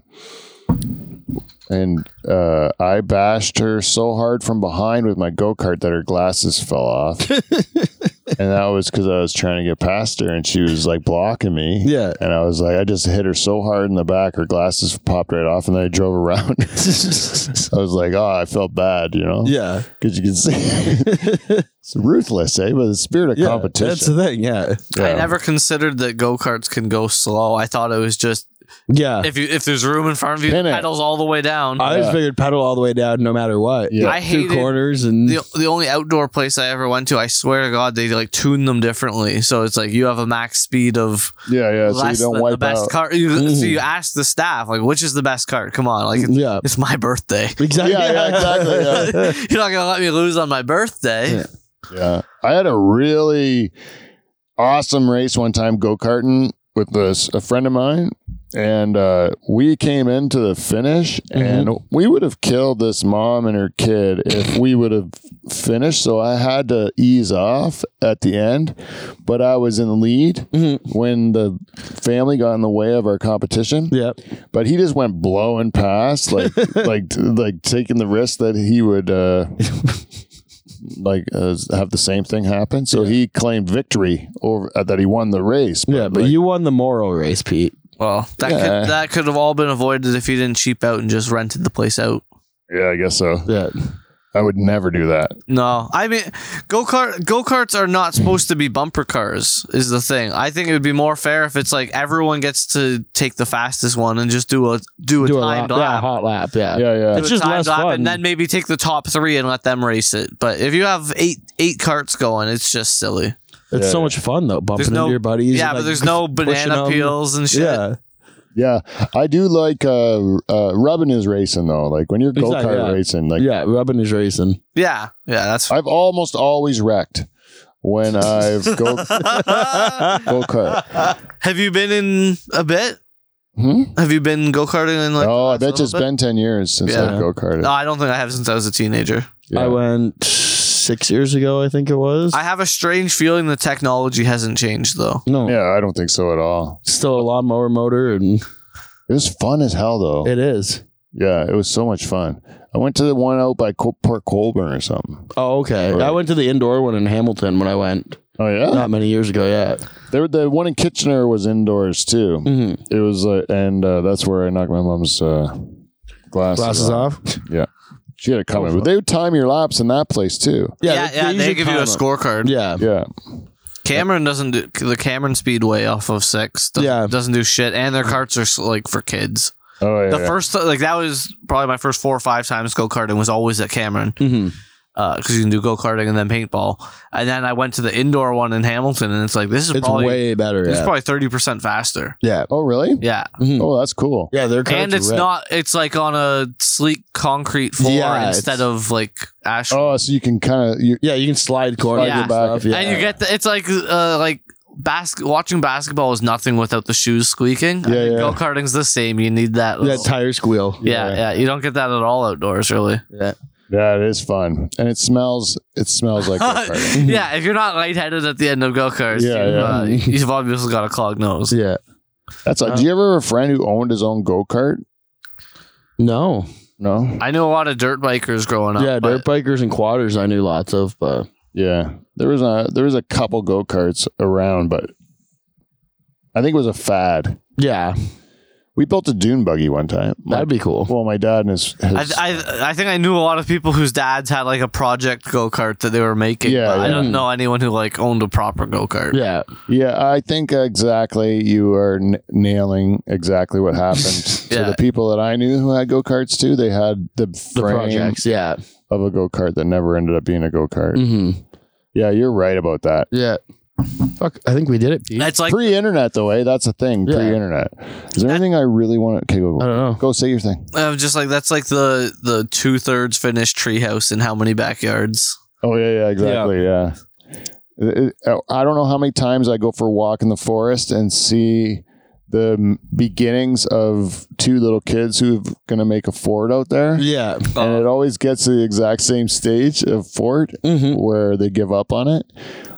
Speaker 2: and uh, I bashed her so hard from behind with my go kart that her glasses fell off. and that was because I was trying to get past her, and she was like blocking me.
Speaker 3: Yeah.
Speaker 2: And I was like, I just hit her so hard in the back, her glasses popped right off, and then I drove around. I was like, oh, I felt bad, you know?
Speaker 3: Yeah.
Speaker 2: Because you can see it's ruthless, eh? But the spirit of
Speaker 3: Yeah,
Speaker 2: competition.
Speaker 3: That's the thing. Yeah.
Speaker 1: I
Speaker 2: Yeah.
Speaker 1: never considered that go karts can go slow. I thought it was just
Speaker 3: Yeah.
Speaker 1: if you if there's room in front of you,
Speaker 2: Pin it.
Speaker 1: pedals all the way down.
Speaker 3: I just
Speaker 2: Yeah.
Speaker 3: figured pedal all the way down no matter what.
Speaker 2: Yeah.
Speaker 1: I
Speaker 3: Two
Speaker 1: hated
Speaker 3: corners and
Speaker 1: the the only outdoor place I ever went to. I swear to God, they like tune them differently. So it's like you have a max speed of
Speaker 2: yeah, yeah. So you
Speaker 1: less
Speaker 2: don't
Speaker 1: than the
Speaker 2: wipe
Speaker 1: best
Speaker 2: out. Mm-hmm.
Speaker 1: cart. You, So you ask the staff like, which is the best cart? Come on, like it's,
Speaker 3: Yeah.
Speaker 2: Mm-hmm.
Speaker 1: it's my birthday.
Speaker 3: Exactly.
Speaker 2: Yeah, yeah, exactly, yeah.
Speaker 1: You're not gonna let me lose on my birthday.
Speaker 3: Yeah.
Speaker 2: Yeah. I had a really awesome race one time go karting with this, a friend of mine. and uh, we came into the finish, and we would have killed this mom and her kid if we would have finished. So I had to ease off at the end, but I was in the lead
Speaker 3: Mm-hmm.
Speaker 2: when the family got in the way of our competition.
Speaker 3: Yep.
Speaker 2: But he just went blowing past, like like like taking the risk that he would. Uh, Like uh, have the same thing happen, so he claimed victory over uh, that he won the race.
Speaker 3: Yeah, but
Speaker 2: like,
Speaker 3: you won the moral race, Pete.
Speaker 1: Well, that
Speaker 2: Yeah.
Speaker 1: could that could have all been avoided if you didn't cheap out and just rented the place out.
Speaker 2: yeah, I guess so.
Speaker 3: Yeah.
Speaker 2: I would never do that.
Speaker 1: No, I mean go kart go karts are not supposed to be bumper cars. Is the thing. I think it would be more fair if it's like everyone gets to take the fastest one and just do a do a
Speaker 3: Do a lap,
Speaker 1: timed
Speaker 3: yeah,
Speaker 1: lap.
Speaker 3: hot lap. Yeah.
Speaker 2: Yeah, yeah.
Speaker 1: Do
Speaker 3: It's
Speaker 1: a
Speaker 3: just
Speaker 1: timed
Speaker 3: less fun.
Speaker 1: and then maybe take the top three and let them race it. But if you have eight eight carts going, it's just silly.
Speaker 3: It's
Speaker 2: Yeah.
Speaker 3: so much fun though, bumping
Speaker 1: There's no
Speaker 3: into your buddies.
Speaker 1: yeah,
Speaker 3: and,
Speaker 1: but
Speaker 3: like,
Speaker 1: there's no
Speaker 3: pushing
Speaker 1: banana
Speaker 3: them.
Speaker 1: peels and shit.
Speaker 3: Yeah,
Speaker 2: Yeah, I do like uh, uh, rubbing is racing though. Like when you're go
Speaker 3: Exactly,
Speaker 2: kart
Speaker 3: yeah.
Speaker 2: racing, like
Speaker 3: yeah. Rubbing is racing.
Speaker 1: yeah, yeah. That's
Speaker 2: I've almost always wrecked when I've go go kart.
Speaker 1: Have you been in a bit?
Speaker 2: Hmm?
Speaker 1: Have you been go karting in like? the
Speaker 2: oh,
Speaker 1: last
Speaker 2: that's
Speaker 1: little
Speaker 2: just
Speaker 1: bit?
Speaker 2: been ten years since
Speaker 1: Yeah.
Speaker 2: I've go karted.
Speaker 1: No, I don't think I have since I was a teenager.
Speaker 3: I went six years ago, I think it was.
Speaker 1: I have a strange feeling the technology hasn't changed though.
Speaker 3: no,
Speaker 2: yeah, I don't think so at all.
Speaker 3: still a lawnmower motor, and
Speaker 2: It was fun as hell though.
Speaker 3: it is.
Speaker 2: yeah, it was so much fun. I went to the one out by Col- Port Colborne or something.
Speaker 3: Oh, okay.
Speaker 2: Right.
Speaker 3: I went to the indoor one in Hamilton when I went
Speaker 2: Oh yeah,
Speaker 3: not many years ago. Yeah.
Speaker 2: there the one in Kitchener was indoors too.
Speaker 3: Mm-hmm.
Speaker 2: It was, uh, and uh, that's where I knocked my mom's uh, glasses,
Speaker 3: Glasses
Speaker 2: off.
Speaker 3: off.
Speaker 2: She had it coming. But they would time your laps in that place too.
Speaker 1: Yeah, yeah. They,
Speaker 3: usually
Speaker 1: give you a
Speaker 3: count 'em.
Speaker 1: scorecard.
Speaker 3: Yeah.
Speaker 2: Yeah.
Speaker 1: Cameron doesn't do the Cameron Speedway off of six. Doesn't,
Speaker 3: Yeah.
Speaker 1: doesn't do shit, and their carts are s- like for kids.
Speaker 2: Oh yeah.
Speaker 1: The first like that was probably my first four or five times go karting was always at Cameron.
Speaker 3: Mm-hmm.
Speaker 1: because you can do go karting and then paintball. And then I went to the indoor one in Hamilton, and it's like this is
Speaker 3: It's
Speaker 1: probably
Speaker 3: way better.
Speaker 1: it's
Speaker 3: Yeah.
Speaker 1: probably thirty percent faster.
Speaker 3: yeah.
Speaker 2: oh really?
Speaker 1: Yeah,
Speaker 3: Mhm.
Speaker 2: Oh, that's cool.
Speaker 3: Yeah. Their carts
Speaker 1: and
Speaker 3: are
Speaker 1: it's
Speaker 3: red.
Speaker 1: not. It's like on a sleek concrete floor
Speaker 3: Yeah,
Speaker 1: instead
Speaker 3: it's-
Speaker 1: of like asphalt.
Speaker 2: Oh, so you can kind of you.
Speaker 3: Yeah, you can slide corners
Speaker 1: Yeah.
Speaker 3: and stuff. Yeah.
Speaker 1: And you get the, it's like uh like bas- watching basketball is nothing without the shoes squeaking.
Speaker 2: Yeah, yeah.
Speaker 1: Go karting's the same. You need that.
Speaker 3: that
Speaker 1: Little,
Speaker 3: tire squeal.
Speaker 1: yeah, yeah, You don't get that at all outdoors, really.
Speaker 2: Yeah, it is fun, and it smells. It smells like. go karting.
Speaker 1: yeah, if you're not lightheaded at the end of go karts,
Speaker 2: Yeah,
Speaker 1: you've,
Speaker 2: yeah.
Speaker 1: Uh, you've obviously got a clogged nose.
Speaker 3: Yeah.
Speaker 2: that's. Like, do you ever have a friend who owned his own go kart?
Speaker 3: No.
Speaker 2: No.
Speaker 1: I knew a lot of dirt bikers growing up.
Speaker 3: yeah,
Speaker 1: but
Speaker 3: dirt bikers and quadders I knew lots of, but
Speaker 2: Yeah, there was a there was a couple go karts around, but I think it was a fad.
Speaker 3: yeah,
Speaker 2: We built a dune buggy one time. My-
Speaker 3: that'd be cool.
Speaker 2: well, my dad and his. his
Speaker 1: I, I I think I knew a lot of people whose dads had like a project go kart that they were making.
Speaker 2: Yeah,
Speaker 1: but I
Speaker 2: yeah.
Speaker 1: don't know anyone who like owned a proper go kart.
Speaker 3: Yeah.
Speaker 2: Yeah, I think exactly you are n- nailing exactly what happened to
Speaker 1: Yeah.
Speaker 2: the people that I knew who had go karts too. They had the
Speaker 3: The
Speaker 2: frame
Speaker 3: projects. Yeah.
Speaker 2: of a go kart that never ended up being a go kart.
Speaker 3: hmm
Speaker 2: Yeah, you're right about that.
Speaker 3: Yeah. Fuck. I think we did it, Pete.
Speaker 1: It's like
Speaker 2: Pre-internet, though, eh? That's a thing.
Speaker 3: Yeah.
Speaker 2: Pre-internet. Is there anything I really want to? Okay, go,
Speaker 3: I
Speaker 2: go,
Speaker 3: don't know.
Speaker 2: go say your thing.
Speaker 1: I'm just like that's like the the two thirds finished treehouse in how many backyards?
Speaker 2: Oh yeah, yeah, exactly, yeah. It- it- I don't know how many times I go for a walk in the forest and see the m- beginnings of two little kids who are going to make a fort out there.
Speaker 3: Yeah.
Speaker 2: and it always gets to the exact same stage of Fort
Speaker 3: Mm-hmm.
Speaker 2: where they give up on it.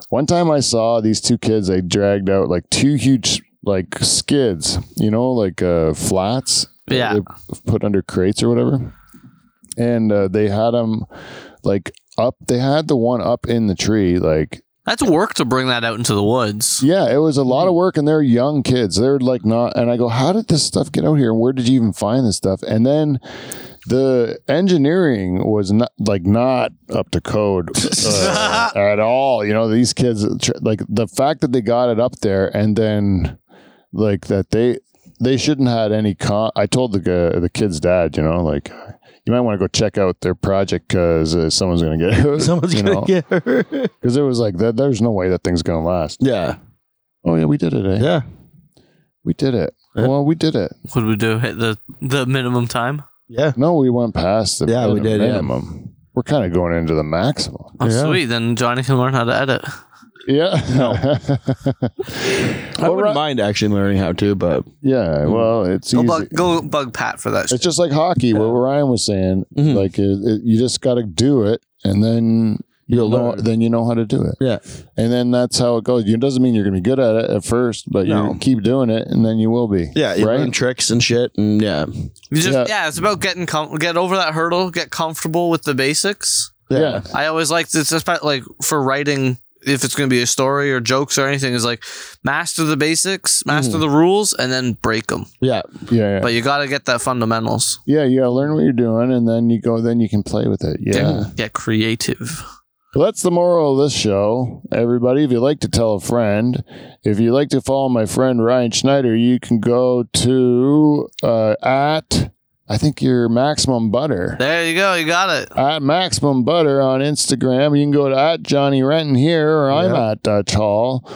Speaker 2: One time I saw these two kids, they dragged out like two huge like skids, you know, like uh, flats that
Speaker 1: Yeah.
Speaker 2: they put under crates or whatever. And uh, they had them like up, they had the one up in the tree, like
Speaker 1: That's work to bring that out into the woods.
Speaker 2: yeah, it was a lot of work, and they're young kids. They're like not. And I go, how did this stuff get out here? And where did you even find this stuff? And then the engineering was not like not up to code uh, at all. You know, these kids tr- like the fact that they got it up there, and then like that they they shouldn't had any con. I told the gu- the kid's dad, you know, like. You might want to go check out their project because uh, someone's going to get hurt.
Speaker 3: Someone's
Speaker 2: you
Speaker 3: gonna
Speaker 2: know?
Speaker 3: get hurt.
Speaker 2: Because it was like, that, there's no way that thing's going to last.
Speaker 3: Yeah.
Speaker 2: Oh, yeah, we did it. Eh?
Speaker 3: Yeah.
Speaker 2: We did it.
Speaker 3: Yeah.
Speaker 2: Well, we did it.
Speaker 1: What would we do? Hit the the minimum time?
Speaker 3: Yeah.
Speaker 2: No, we went past the
Speaker 3: Yeah, we did, yeah.
Speaker 2: minimum. We're kind of going into the maximum.
Speaker 1: Oh,
Speaker 3: Yeah.
Speaker 1: sweet. Then Johnny can learn how to edit.
Speaker 2: Yeah.
Speaker 3: I wouldn't
Speaker 2: Ro-
Speaker 3: mind actually learning how to, but Mm.
Speaker 2: yeah. Well, it's
Speaker 1: Go
Speaker 2: easy.
Speaker 1: bug, go bug Pat for that.
Speaker 2: It's just like hockey. What Ryan was saying,
Speaker 3: Mhm.
Speaker 2: like it, it, you just got to do it, and then
Speaker 3: You'll
Speaker 2: know,
Speaker 3: learn.
Speaker 2: then you know how to do it.
Speaker 3: yeah,
Speaker 2: And then that's how it goes. It doesn't mean you're going to be good at it at first, but
Speaker 3: No.
Speaker 2: you keep doing it, and then you will be.
Speaker 3: yeah, you
Speaker 2: right.
Speaker 3: learn tricks and shit, and yeah,
Speaker 1: You just-
Speaker 2: yeah.
Speaker 1: yeah. it's about getting com- get over that hurdle, get comfortable with the basics.
Speaker 2: yeah.
Speaker 1: I always like this, espe- like for writing, if it's going to be a story or jokes or anything, is like master the basics, master the rules, and then break them.
Speaker 3: yeah,
Speaker 2: yeah, Hmm. yeah.
Speaker 1: But you got to get that fundamentals.
Speaker 2: Yeah, you gotta learn what you're doing, and then you go. Then you can play with it. Yeah.
Speaker 1: Get, get creative.
Speaker 2: Well, that's the moral of this show, everybody. If you'd like to tell a friend, if you'd like to follow my friend Ryan Schneider, you can go to uh, at I think your maximum butter.
Speaker 1: There you go. You got it.
Speaker 2: At Maximum Butter on Instagram. You can go to at Johnny Renton here, or I'm at Dutch Hall.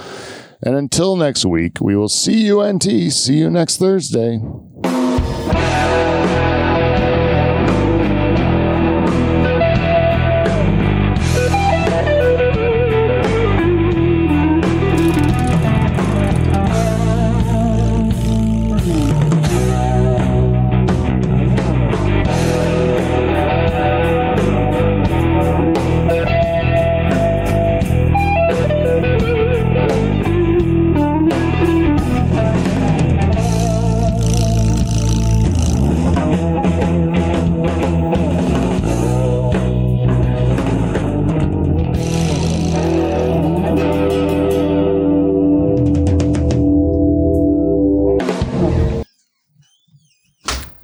Speaker 2: And until next week, we will see you, NT. See you next Thursday.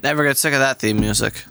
Speaker 1: Never get sick of that theme music.